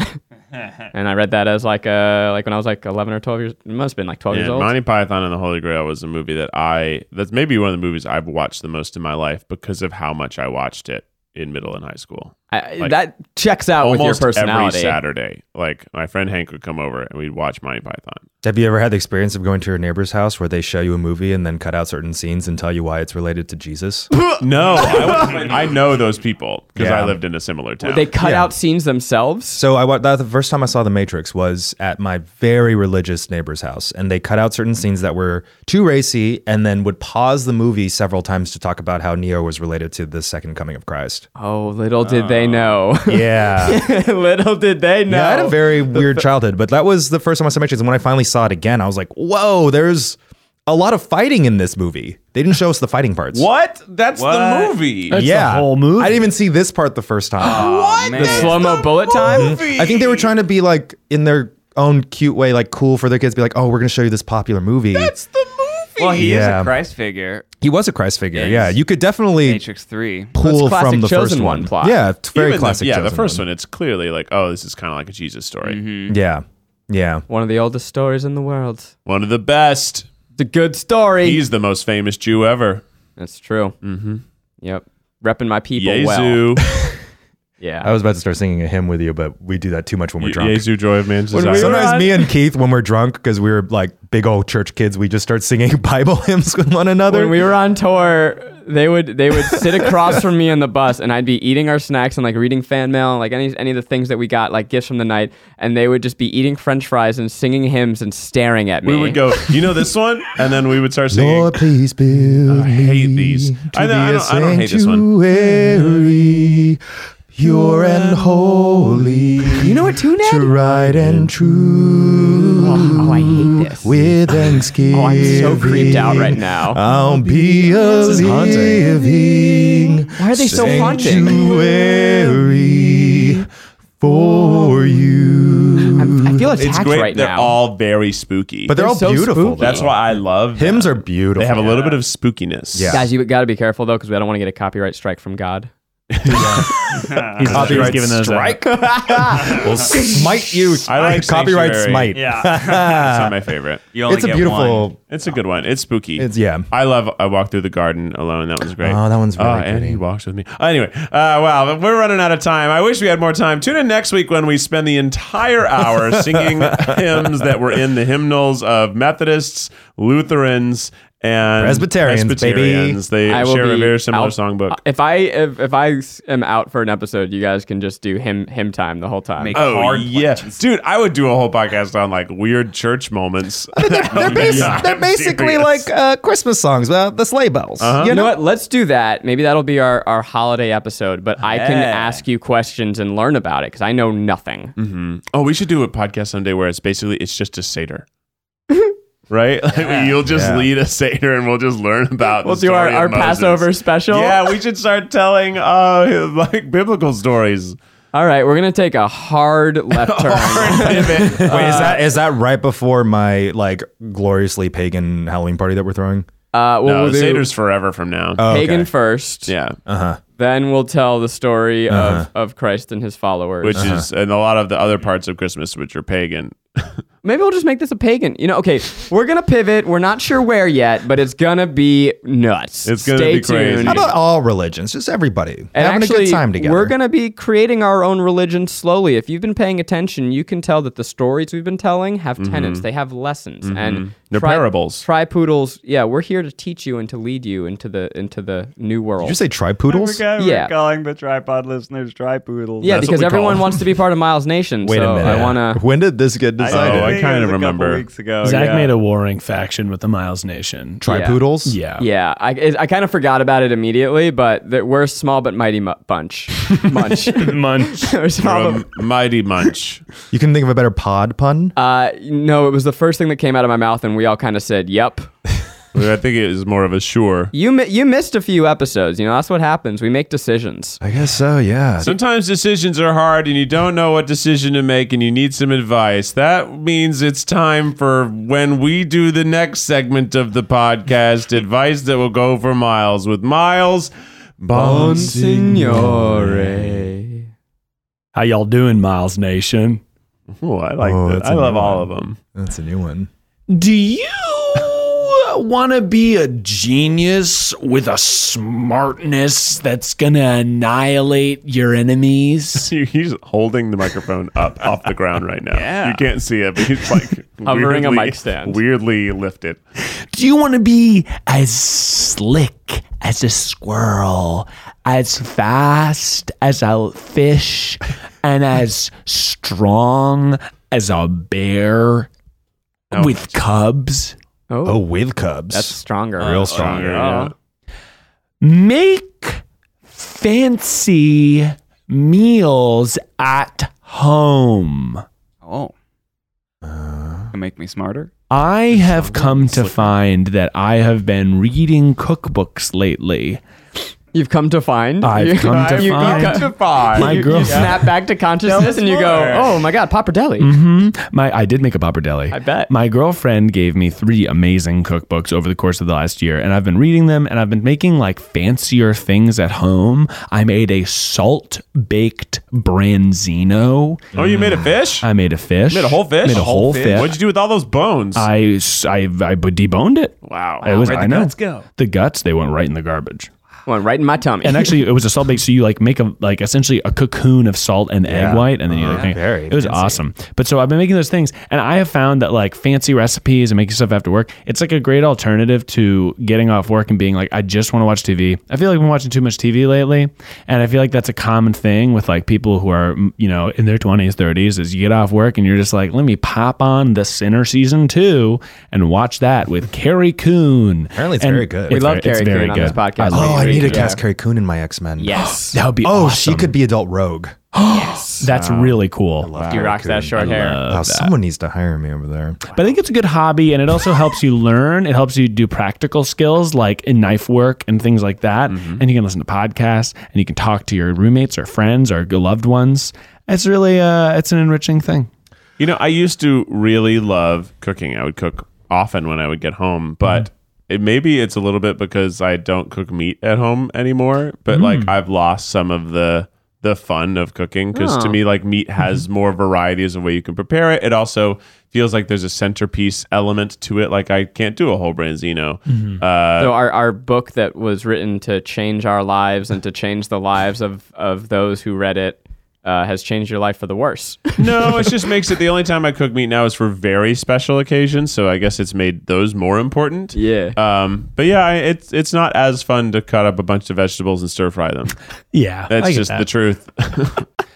F: and i read that as like uh like when i was like 11 or 12 years it must have been like 12 years
C: And
F: old
C: Monty Python and the Holy Grail was a movie that I that's maybe one of the movies I've watched the most in my life because of how much I watched it in middle and high school.
F: I,
C: like,
F: that checks out with your
C: Almost
F: personality
C: every Saturday, like my friend Hank would come over and we'd watch Monty Python.
B: Have you ever had the experience of going to your neighbor's house where they show you a movie and then cut out certain scenes and tell you why it's related to <laughs> Jesus?
C: No, I, would- I know those people because
B: Uh, Yeah.
C: I lived in a similar town.
F: they cut out scenes themselves
B: So I wa- that the first time I saw The Matrix was at my very religious neighbor's house, and they cut out certain scenes that were too racy, and then would pause the movie several times to talk about how Neo was related to the second coming of Christ.
F: oh little did they know
B: Yeah,
F: <laughs> little did they know
B: yeah. I had a
C: <laughs>
B: very weird childhood, but that was the first time I saw The Matrix, and when I finally saw it again, I was like, "Whoa, there's a lot of fighting in this movie." They didn't show us the fighting parts.
C: what? That's
D: What?
C: the movie.
G: That's the
B: yeah,
G: whole movie.
B: I didn't even see this part the first
C: <gasps>
B: time.
D: What?
F: the slow mo bullet time
B: I think they were trying to be like in their own cute way, like cool for their kids, be like, "Oh, we're gonna show you this popular movie."
D: Well, he is
B: Yeah.
D: a Christ figure.
B: He was a Christ figure. Yeah, you could definitely
D: Matrix 3.
B: pull
F: classic
B: from the
F: Chosen
B: first
F: One
B: one.
F: plot.
B: Yeah, it's very
C: Even the-
B: classic.
C: yeah, the
B: Chosen
C: first one. It's clearly like, oh, this is kind of like a Jesus story.
B: Yeah, yeah.
F: one of the oldest stories in the world
C: One of the best.
F: it's a good story
C: He's the most famous Jew ever.
F: that's true mm-hmm yep repping my people well
C: Yezu,
B: I
F: yeah
B: was about to start singing a hymn with you, but we do that too much when we're drunk.
C: Yezu, joy of man's desire.
B: Sometimes me and Keith, when we're drunk, because we were like big old church kids, we just start singing <laughs> Bible hymns with one another.
F: when we were on tour they would they would sit across from me on the bus and I'd be eating our snacks and like reading fan mail and like any any of the things that we got like gifts from the night and they would just be eating french fries and singing hymns and staring at me
C: we
B: <laughs>
C: would go, you know this one, and then we would start singing.
B: Lord, please build
C: I hate
B: me
C: these.
B: to
C: I know- I
B: be a
C: don't- I don't hate this one.
B: sanctuary, Pure and holy. You know what tune is? To right and true.
F: oh I hate this
B: With thanksgiving.
F: oh I'm so creeped out right now
B: I'll be a
G: is haunting.
B: living
F: why are they so haunting
B: sanctuary for you.
F: I'm, I feel attacked
C: Mm-hmm. It's great.
F: right
C: They're
F: now
C: all very spooky.
B: But they're, all
F: so
B: beautiful. though.
F: spooky.
C: that's why I love
B: hymns
C: them.
B: are beautiful.
C: They have a little bit of spookiness.
B: Yeah.
F: Guys, you got to be careful though, because I don't want to get a copyright strike from God.
G: He's, he's
B: Copyright uh,
G: giving those uh, out.
B: <laughs> strike. will smite you.
C: I like
B: copyright
C: Sanctuary.
B: smite.
D: <laughs>
B: <laughs>
D: Yeah.
C: It's not my favorite.
D: You only
B: It's a
D: get
B: beautiful.
D: one.
C: It's a good one. It's spooky.
B: It's yeah.
C: I love I Walk Through the Garden Alone. That was great.
B: Oh, that one's really
C: And
B: pretty.
C: he walks with me. Anyway, uh, wow, we're running out of time. I wish we had more time. Tune in next week when we spend the
B: <laughs>
C: entire hour singing hymns that were in the hymnals of Methodists, Lutherans, and
B: Presbyterians, baby.
C: Presbyterians. They
F: I will
C: share a
F: be
C: very similar
F: out-
C: songbook.
F: If I if, if I s- am out for an episode, you guys can just do him him time the whole time.
D: Make-
C: Oh
D: Hard
C: yeah,
D: questions.
C: dude! I would do a whole podcast on like weird church moments.
B: <laughs> They're, bas-
C: <laughs> Yeah.
B: they're basically
C: Serious.
B: like uh, Christmas songs, uh, the sleigh bells.
F: you know what? Let's do that. Maybe that'll be our, our holiday episode. But I can
D: Yeah.
F: ask you questions and learn about it because I
C: Mm-hmm.
F: know nothing.
B: <laughs>
C: oh, we should do a podcast someday where it's basically it's just a seder. right? Like, You'll just
B: Yeah.
C: lead a Seder and we'll just learn about
F: We'll
C: the
F: do our,
C: story of
F: our
C: Moses.
F: Passover special.
C: Yeah, we should start telling uh, <laughs> like
F: <laughs>
C: biblical stories.
F: All right, we're gonna take a hard
C: <laughs>
F: left turn.
C: Pivot.
B: Wait, is that is that right before my like gloriously pagan Halloween party that we're throwing?
F: Uh, we'll
C: No,
F: we'll do
C: Seder's forever from now.
B: Oh, okay.
F: pagan first.
C: yeah. Uh-huh.
F: Then we'll tell the story of, of Christ and his followers.
C: Which is, and a lot of the other parts of Christmas, which are pagan.
F: Maybe we'll just make this a pagan. You know, okay, we're gonna pivot. We're not sure where yet, but it's gonna be nuts.
C: It's gonna
F: Stay
C: be crazy.
F: tuned.
B: How about all religions? Just everybody
F: and
B: having
F: actually,
B: a good time together.
F: we're going to be creating our own religion slowly. If you've been paying attention, you can tell that the stories we've been telling have
B: Mm-hmm.
F: tenets. They have lessons, and
C: They're
F: tri-
C: parables.
F: Tri poodles, yeah, we're here to teach you and to lead you into the into the new world.
B: Did you say tri poodles?
D: We're
F: Yeah.
D: calling the tripod listeners tripoodles.
F: yeah,
B: That's what
F: because
B: we call
F: everyone
B: them.
F: wants to be part of Miles
B: <laughs>
F: Nation.
B: Wait
F: so
B: a minute.
F: I want to.
B: When did this get
C: Oh,
B: decided?
C: I
D: think it
C: kinda
D: was a couple
C: remember.
D: weeks
F: Oh,
D: ago.
G: Zach
D: yeah.
G: made a warring faction with the Miles Nation.
B: Tri poodles?
G: Yeah.
F: Yeah, I, it- I kind of forgot about it immediately, but th- we're a small but mighty mu- bunch. <laughs> Munch.
G: <laughs> Munch.
F: We're small but-
C: From Mighty Munch.
B: You can think of a better pod pun.
F: uh, no, it was the first thing that came out of my mouth, and we all kind of said, "Yep."
C: I think it is more of a sure.
F: You mi- you missed a few episodes. You know that's what happens. We make decisions.
B: I guess so. Yeah.
C: Sometimes decisions are hard and you don't know what decision to make and you need some advice. That means it's time for when we do the next segment of the podcast, advice that will go for miles with Miles
F: Bonsignore.
G: How y'all doing, Miles Nation?
C: Oh, I like
B: Oh,
C: that.
B: that's
C: I
B: a
C: love
B: new
C: all of
B: one.
C: <laughs> them.
B: That's a new one.
G: Do you want to be a genius with a smartness that's going to annihilate your enemies?
C: He's holding the microphone up off the ground right now. You can't see it, but he's like
F: Hovering a
C: weirdly-
F: mic stand.
C: Weirdly lifted.
G: Do you want to be as slick as a squirrel, as fast as a fish, and as strong as a bear with cubs?
F: Oh,
B: Oh, with cubs.
F: that's stronger.
B: real strong.
C: Yeah.
G: make fancy meals at home.
D: Oh.
G: Uh-huh.
D: Can make me smarter.
G: I have come to find that I have been reading cookbooks lately.
F: You've come to find.
G: I've
F: You-
G: come to
F: <laughs> you- you
G: find.
F: come to
G: find. My
F: you, you
G: girlfriend-
F: snap back to consciousness and you go, "Oh my God, Papa Deli."
G: hmm
C: Mm-hmm.
G: My I did make a pappardelle.
F: I bet.
G: My girlfriend gave me three amazing cookbooks over the course of the last year, and I've been reading them and I've been making like fancier things at home. I made a salt baked branzino.
C: Oh, you made a fish?
G: I made a fish.
C: made a whole fish?
G: Made a, whole fish.
C: What'd you do with all those bones?
G: I, s- I, I deboned it.
C: wow.
G: It was,
D: Where'd the
G: I know.
D: guts go?
G: The guts, they went right in the garbage.
F: Went right in my tummy.
G: And actually, it was a salt bake. So you like make a like essentially a cocoon of salt and egg white, and then you like hang-
B: very
G: it was
B: fancy.
G: awesome. But so I've been making those things, and I have found that like fancy recipes and making stuff after work, it's like a great alternative to getting off work and being like, I just want to watch TV. I feel like I've been watching too much TV lately, and I feel like that's a common thing with like people who are mm, you know in their twenties, thirties, is you get off work and you're just like, let me pop on The Sinner season two and watch that with Carrie Coon.
B: Apparently it's
G: And
B: very good. We
G: it's
F: love
G: very- it's
F: Carrie
G: very
F: Coon on this
G: good.
F: podcast.
G: I love
B: Oh, I
G: Carrie
B: need to
G: Coon.
B: cast Carrie Coon in my X Men. <gasps>
F: yes,
G: That would be
B: Oh,
G: awesome.
B: she could be adult Rogue.
G: That's really cool.
F: <laughs> he rocks that short hair.
B: Oh, someone needs to hire me over there.
G: But I think it's a good hobby, and it also helps you learn. It helps you do practical skills like in knife work and things like that.
D: Mm-hmm.
G: And you can listen to podcasts, and you can talk to your roommates or friends or loved ones. It's really, uh, it's an enriching thing.
C: You know, I used to really love cooking. I would cook often when I would get home, but it, maybe it's a little bit because I don't cook meat at home anymore. But like, I've lost some of the the fun of cooking because to me, like meat has more varieties of way you can prepare it. It also feels like there's a centerpiece element to it. Like I can't do a whole branzino. Uh,
F: So our, our book that was written to change our lives and to change the lives of, of those who read it uh, has changed your life for the
C: <laughs>
F: worse.
C: no, it just makes it the only time I cook meat now is for very special occasions. So I guess it's made those more important.
F: Yeah. <laughs>
C: Um, but yeah, I- it's it's not as fun to cut up a bunch of vegetables and stir fry them.
G: Yeah,
C: That's just the truth. <laughs>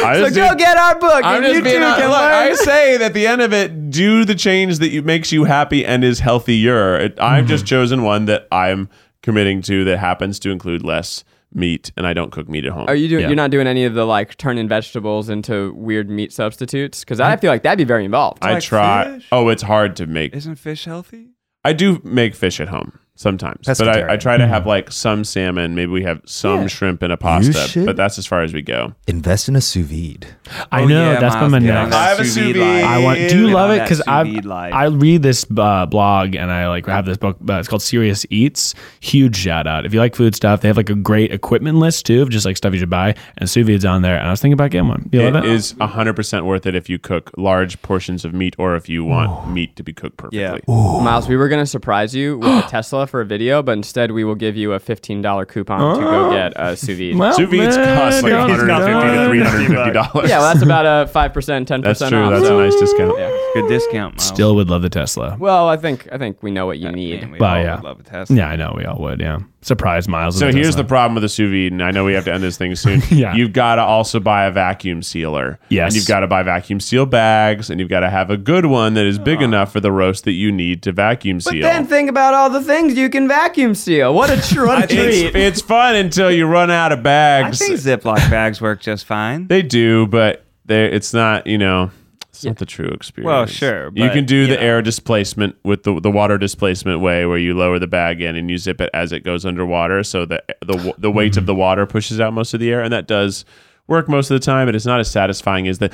C: I just did-
F: get our book.
C: I'm just being hon- look, I say that at the end of it, do the change that you, makes you happy and is healthier. It, I've
F: Mm-hmm.
C: just chosen one that I'm committing to that happens to include less meat, and I don't cook meat at home.
F: Are you doing? You're not doing any of the like turning vegetables into weird meat substitutes because I feel like that'd be very involved.
C: I
D: like
C: try.
D: fish?
C: Oh, it's hard to make.
D: Isn't fish healthy?
C: I do make fish at home sometimes, but I, I
B: Pescatarian.
C: try to
F: Mm.
C: have like some salmon. Maybe we have some shrimp and a pasta,
B: should.
C: but that's as far as we go.
B: Invest in a sous vide.
G: I
D: Oh,
G: know
D: yeah,
G: that's been
D: Miles,
G: my
D: get on
G: next.
C: I
D: that
C: have a
D: sous vide
C: sous
D: life.
C: vide.
G: I want. Do
D: Get
G: you
D: on
G: love it?
D: that
G: Because
D: sous
G: I
D: vide life.
G: I read this uh, blog and I like have this book. Uh, it's called Serious Eats. Huge shout out if you like food stuff. They have like a great equipment list too of just like stuff you should buy and sous videos on there. And I was thinking about getting one. You
C: It
G: love it?
C: is 100% worth it if you cook large portions of meat or if you want meat to be cooked perfectly.
F: Miles, we were going to surprise you with
C: <gasps>
F: a Tesla for a video, but instead we will give you a $15 coupon to go get a sous vide.
G: Well,
C: Sous vides
G: man,
C: cost like
G: don't-
C: 150 to $350.
F: yeah, well, that's about a 5%, 10%
C: <laughs> that's true.
F: off.
C: That's a nice discount.
D: Good discount. Miles.
G: Still would love the Tesla.
F: Well, I think I think we know what you need.
D: Man, we
G: Well,
D: all
G: yeah.
D: would love a Tesla.
G: Yeah, I know we all would. Yeah, surprise Miles.
C: So
G: with a
C: here's
G: Tesla.
C: the problem with the sous vide, and I know we have to end this thing soon.
G: <laughs> Yeah.
C: You've got to also buy a vacuum sealer.
G: Yes.
C: And you've got to buy vacuum seal bags, and you've got to have a good one that is big enough for the roast that you need to vacuum
F: But
C: seal.
F: then think about all the things you can vacuum seal. What a tr- what a treat.
C: it's, it's fun until you run out of
D: I
C: bags.
D: think Ziploc bags work just fine.
C: They do, but they it's not, you know, it's not the true experience.
D: Well, sure,
C: you
D: but,
C: can do
D: you
C: the
D: know.
C: air displacement with the the water displacement way, where you lower the bag in and you zip it as it goes underwater, so that the w- the weight of the water pushes out most of the air, and that does work most of the time. It is not as satisfying
D: <laughs>
C: as the.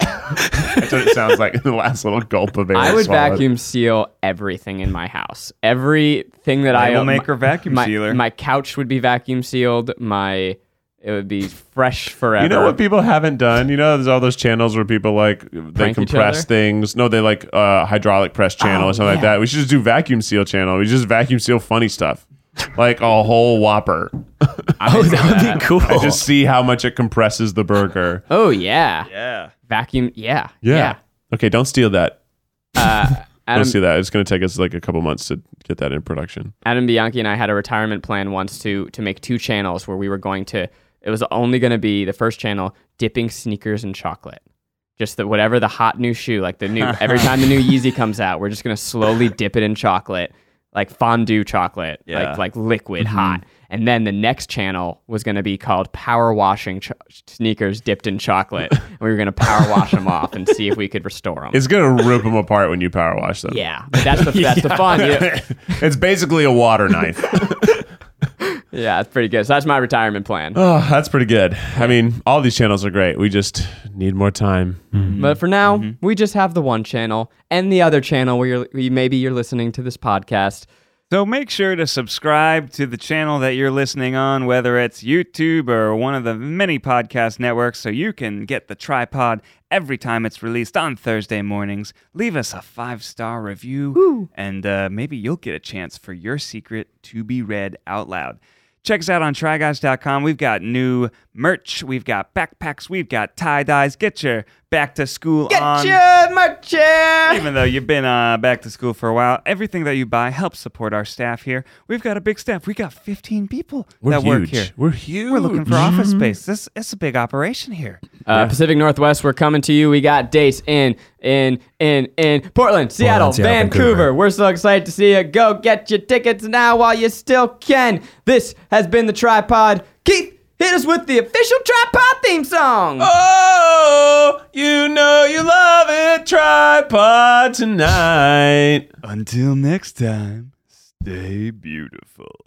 C: That's what it sounds like. The last little gulp of air.
F: I would
C: swallowed.
F: vacuum seal everything in my house. Everything that I
D: I will
F: own-
D: make her vacuum
F: my,
D: sealer.
F: My couch would be vacuum sealed. My it would be fresh forever.
C: You know what people haven't done? You know, there's all those channels where people like they
F: Prank each
C: compress
F: other? Oh,
C: things. No, they like uh, hydraulic press channel or something like that. We should just do vacuum seal channel. We just vacuum seal funny stuff, like a
F: <laughs>
C: whole whopper.
G: Oh, that would be cool.
C: I just see how much it compresses the burger.
F: Oh yeah.
D: Yeah.
F: Vacuum. Yeah. Uh,
C: Okay, don't steal that. Don't
F: Adam,
C: steal that. It's going to take us like a couple months to get that in production.
F: Adam Bianchi and I had a retirement plan once to to make two channels where we were going to. It was only going to be the first channel dipping sneakers in chocolate. Just that whatever the hot new shoe, like the new every time the new Yeezy comes out, we're just going to slowly dip it in chocolate, like fondue chocolate,
D: Yeah.
F: like like liquid hot. And then the next channel was going to be called power washing cho- sneakers dipped in chocolate. and we were going to power wash them off and see if we could restore them.
C: It's going to rip them apart when you power wash them.
F: yeah, but that's the that's the fun. You-
C: <laughs> it's basically a water knife.
F: Yeah, it's pretty good. So that's my retirement plan.
C: oh, that's pretty good. I mean, all these channels are great. We just need more time.
F: But for now,
D: Mm-hmm.
F: we just have the one channel and the other channel where you're where you- maybe you're listening to this podcast.
D: So make sure to subscribe to the channel that you're listening on, whether it's YouTube or one of the many podcast networks, so you can get the tripod every time it's released on Thursday mornings. Leave us a five star review, and uh, maybe you'll get a chance for your secret to be read out loud. Check us out on tryguys.com. We've got new merch, we've got backpacks, we've got tie dyes. Get your back to school on even though you've been uh, back to school for a while, everything that you buy helps support our staff here. We've got a big staff. We got 15 people that work here.
C: We're huge.
D: We're looking for office space. This it's a big operation here.
F: Uh, Pacific Northwest, we're coming to you. We got dates in in in in Portland, Seattle,
B: Seattle,
F: Vancouver.
B: Vancouver.
F: We're so excited to see you. Go get your tickets now while you still can. This has been the tripod. Keith, hit us with the official tripod theme song.
C: Oh, you know you love it. Tripod tonight.
D: Until next time, stay beautiful.